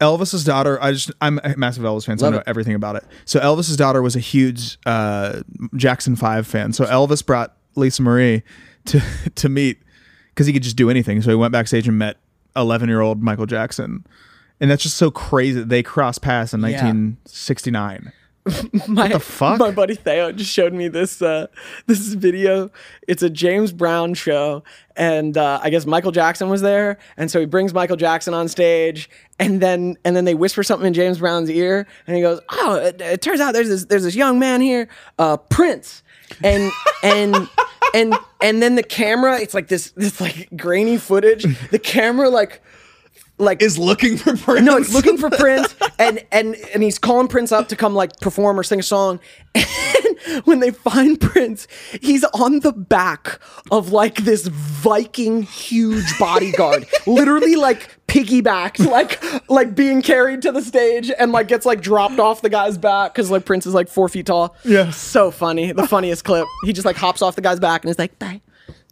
Elvis's daughter. I just I'm a massive Elvis fan, so I know everything about it. So Elvis's daughter was a huge uh, Jackson Five fan. So Elvis brought Lisa Marie to to meet because he could just do anything. So he went backstage and met 11 year old Michael Jackson. And that's just so crazy that they crossed paths in 1969. my, the fuck? My buddy Theo just showed me this uh, this video. It's a James Brown show, and uh, I guess Michael Jackson was there, and so he brings Michael Jackson on stage, and then and then they whisper something in James Brown's ear, and he goes, "Oh, it, it turns out there's this there's this young man here, uh, Prince," and and. And and then the camera, it's like this this like grainy footage. The camera like like is looking for Prince. no, it's looking for Prince, and and and he's calling Prince up to come like perform or sing a song. And when they find Prince, he's on the back of like this Viking huge bodyguard, literally like piggybacked, like like being carried to the stage, and like gets like dropped off the guy's back because like Prince is like four feet tall. Yeah. so funny. The funniest clip. He just like hops off the guy's back and is like bye,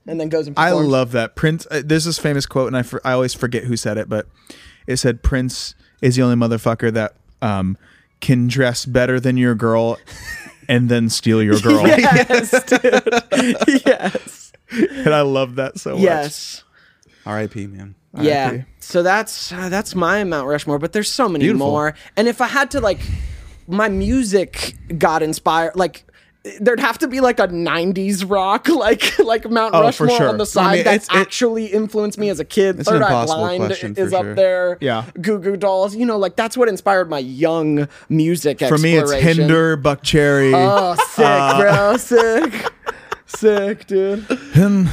and then goes and I performs. love that Prince. Uh, there's this famous quote, and I for, I always forget who said it, but it said Prince is the only motherfucker that um, can dress better than your girl, and then steal your girl. Yes, dude. yes. And I love that so much. Yes. R.I.P. Man. Yeah. So that's uh, that's my Mount Rushmore, but there's so many Beautiful. more. And if I had to like my music got inspired like there'd have to be like a 90s rock like like Mount Oh, for Rushmore sure. on the side I mean, that it's- it- actually influenced me as a kid. It's an Third Eye impossible Blind question, for is up sure. there. Yeah. Goo Goo Dolls, you know, like that's what inspired my young music For me, it's exploration. Hinder, Buck Cherry. Oh, sick, uh, bro. Sick. sick, dude.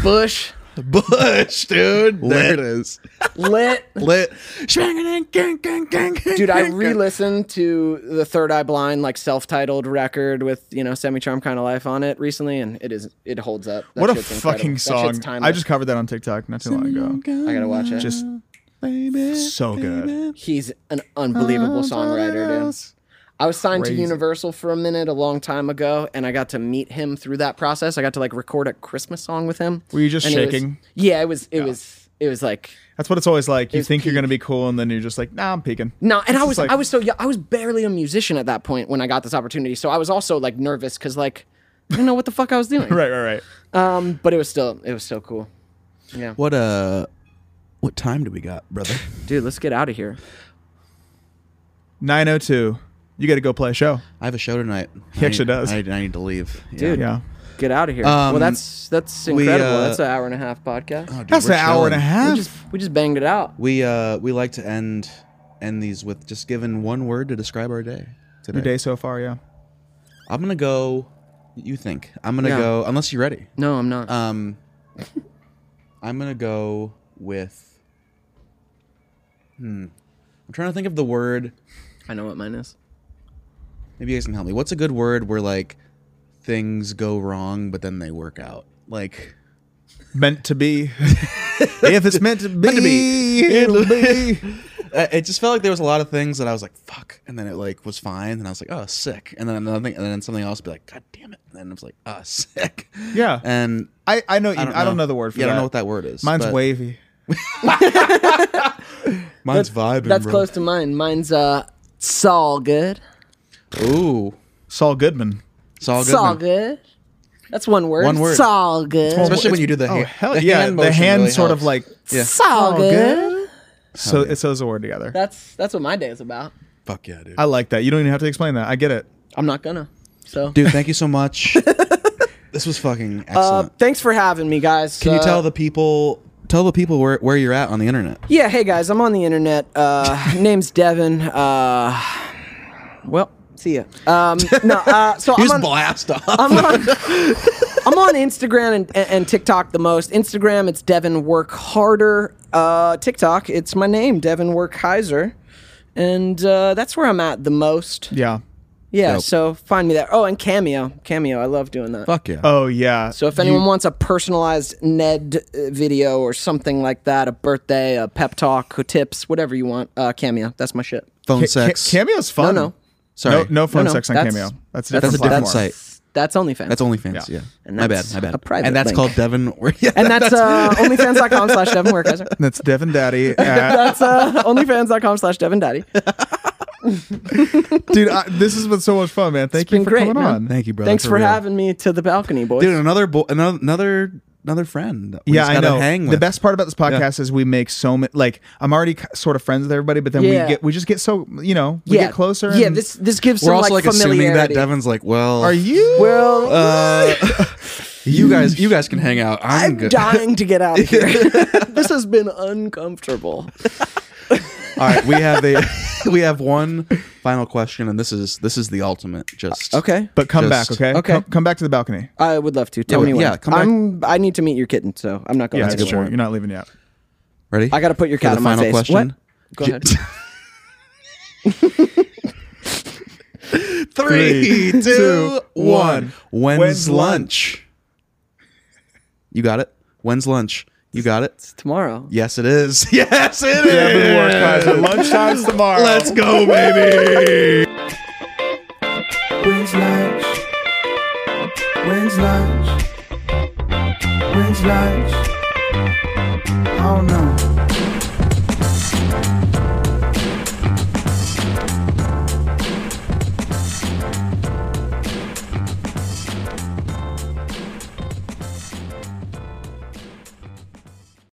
Bush Bush, dude. There it is. lit. Lit. Dude, Dude, I re-listened to the Third Eye Blind like self-titled record with you know Semi Charm Kind of Life on it recently, and it is it holds up. That what a shit's incredible. fucking That shit's song! timeless. I just covered that on TikTok not too long ago. I gotta watch it. Just so good. he's an unbelievable songwriter, dude. I was signed to Crazy. Universal for a minute a long time ago, and I got to meet him through that process. I got to like record a Christmas song with him. Were you just and it was- shaking? yeah, it was. It was. It was like That's what it's always like. You It's think you're peak. gonna be cool, and then you're just like, Nah, I'm peeking. No, It's and I just was like- I was so young. I was barely a musician at that point when I got this opportunity. So I was also like nervous because like I didn't know what the fuck I was doing. right, right, right. Um, but it was still it was still cool. What uh what time do we got, brother? Dude, let's get out of here. Nine oh two. You got to go play a show. I have a show tonight. He actually does. I need, I need to leave. Yeah. Dude. Yeah. Get out of here. Um, well, that's that's we, incredible. uh, that's an hour and a half podcast. Oh, dude, That's we're an hour and a chilling. half. we just we just banged it out. We uh we like to end end these with just giving one word to describe our day today. Your day so far, yeah. I'm gonna go. You think I'm gonna Yeah. go unless you're ready. No, I'm not. Um, I'm gonna go with. Hmm. I'm trying to think of the word. I know what mine is. Maybe you guys can help me. What's a good word where like things go wrong but then they work out? Like Meant to be. if it's meant to be, to be. it'll be. uh, it just felt like there was a lot of things that I was like fuck, and then it like was fine, and I was like oh sick, and then another thing, and then something else be like god damn it, and then I was like oh sick, Yeah. and I, I know. You, I don't know, the word for yeah, that. I don't know what that word is. Mine's but- wavy. Mine's vibing. That's bro. close to mine. Mine's uh it's all good. Ooh, Saul Goodman. it's all It's good. all man. good. That's one word. One word. It's all good. Especially when you do the oh, hand- hell the yeah, hand the motion hand really sort of helps. like Yeah. Oh, It's all Saul good. Goodman. So it says a word together. That's that's what my day is about. Fuck yeah, dude. I like that. You don't even have to explain that. I get it. I'm not gonna. So Dude, thank you so much. this was fucking Uh, excellent. thanks for having me, guys. Can you Uh, tell the people tell the people where, where you're at on the internet? Yeah, hey guys, I'm on the internet. Uh, name's Devin. Uh, well, see ya. Um, no, uh, so I'm on, blast off. I'm on, I'm on Instagram and, and, and TikTok the most. Instagram, it's Devin Work Harder. Uh, TikTok, it's my name, Devin Work Heiser. And uh, that's where I'm at the most. Yeah. Yeah, Dope. so find me there. Oh, and Cameo. Cameo, I love doing that. Fuck yeah. Oh yeah. So if anyone wants a personalized Ned uh, video or something like that, a birthday, a pep talk, tips, whatever you want, uh, cameo. That's my shit. phone Ca- sex. Ca- cameo's fun. No, no. Sorry. No, no phone No, no, sex on that's- Cameo. That's a that's different, a different platform. site. That's OnlyFans. That's OnlyFans. Yeah. Yeah. And my bad. that's My bad. a private and that's link. called Devin. Or, yeah, and that's uh, OnlyFans.com slash Devin Workheiser. That's Devin Daddy. at- That's uh, OnlyFans.com slash Devin Daddy. dude, I, this has been so much fun, man. Thank you been for great, coming man. on. Thank you, brother. Thanks for real. having me to the balcony, boys. Dude, another bo- another another another friend. that we yeah, just I gotta know. Hang The with. best part about this podcast is we make so many. Like I'm already k- sort of friends with everybody, but then Yeah. we get we just get so you know we get closer. Yeah, and- this this gives We're some also like, like, assuming that familiarity. Devin's like, well, are you. well, Uh, you guys, you guys can hang out. I'm, I'm good. dying to get out of here. this has been uncomfortable. All right, we have a we have one final question, and this is this is the ultimate. Just Okay. but come back, Just- okay? okay. Come, come back to the balcony. I would love to. Tell Yeah, me we- when. yeah, come back. I'm, I need to meet your kitten, so I'm not going Yeah, to that's a good anymore. point. You're not leaving yet. Ready? I gotta put your For cat the on my final face. question. What? Go J- ahead. Three, Three, two, two, one. one. When's, When's lunch? You got it. When's lunch? You got it. Tomorrow. Yes, it is. Yes, it is. Lunchtime's tomorrow. Let's go, baby.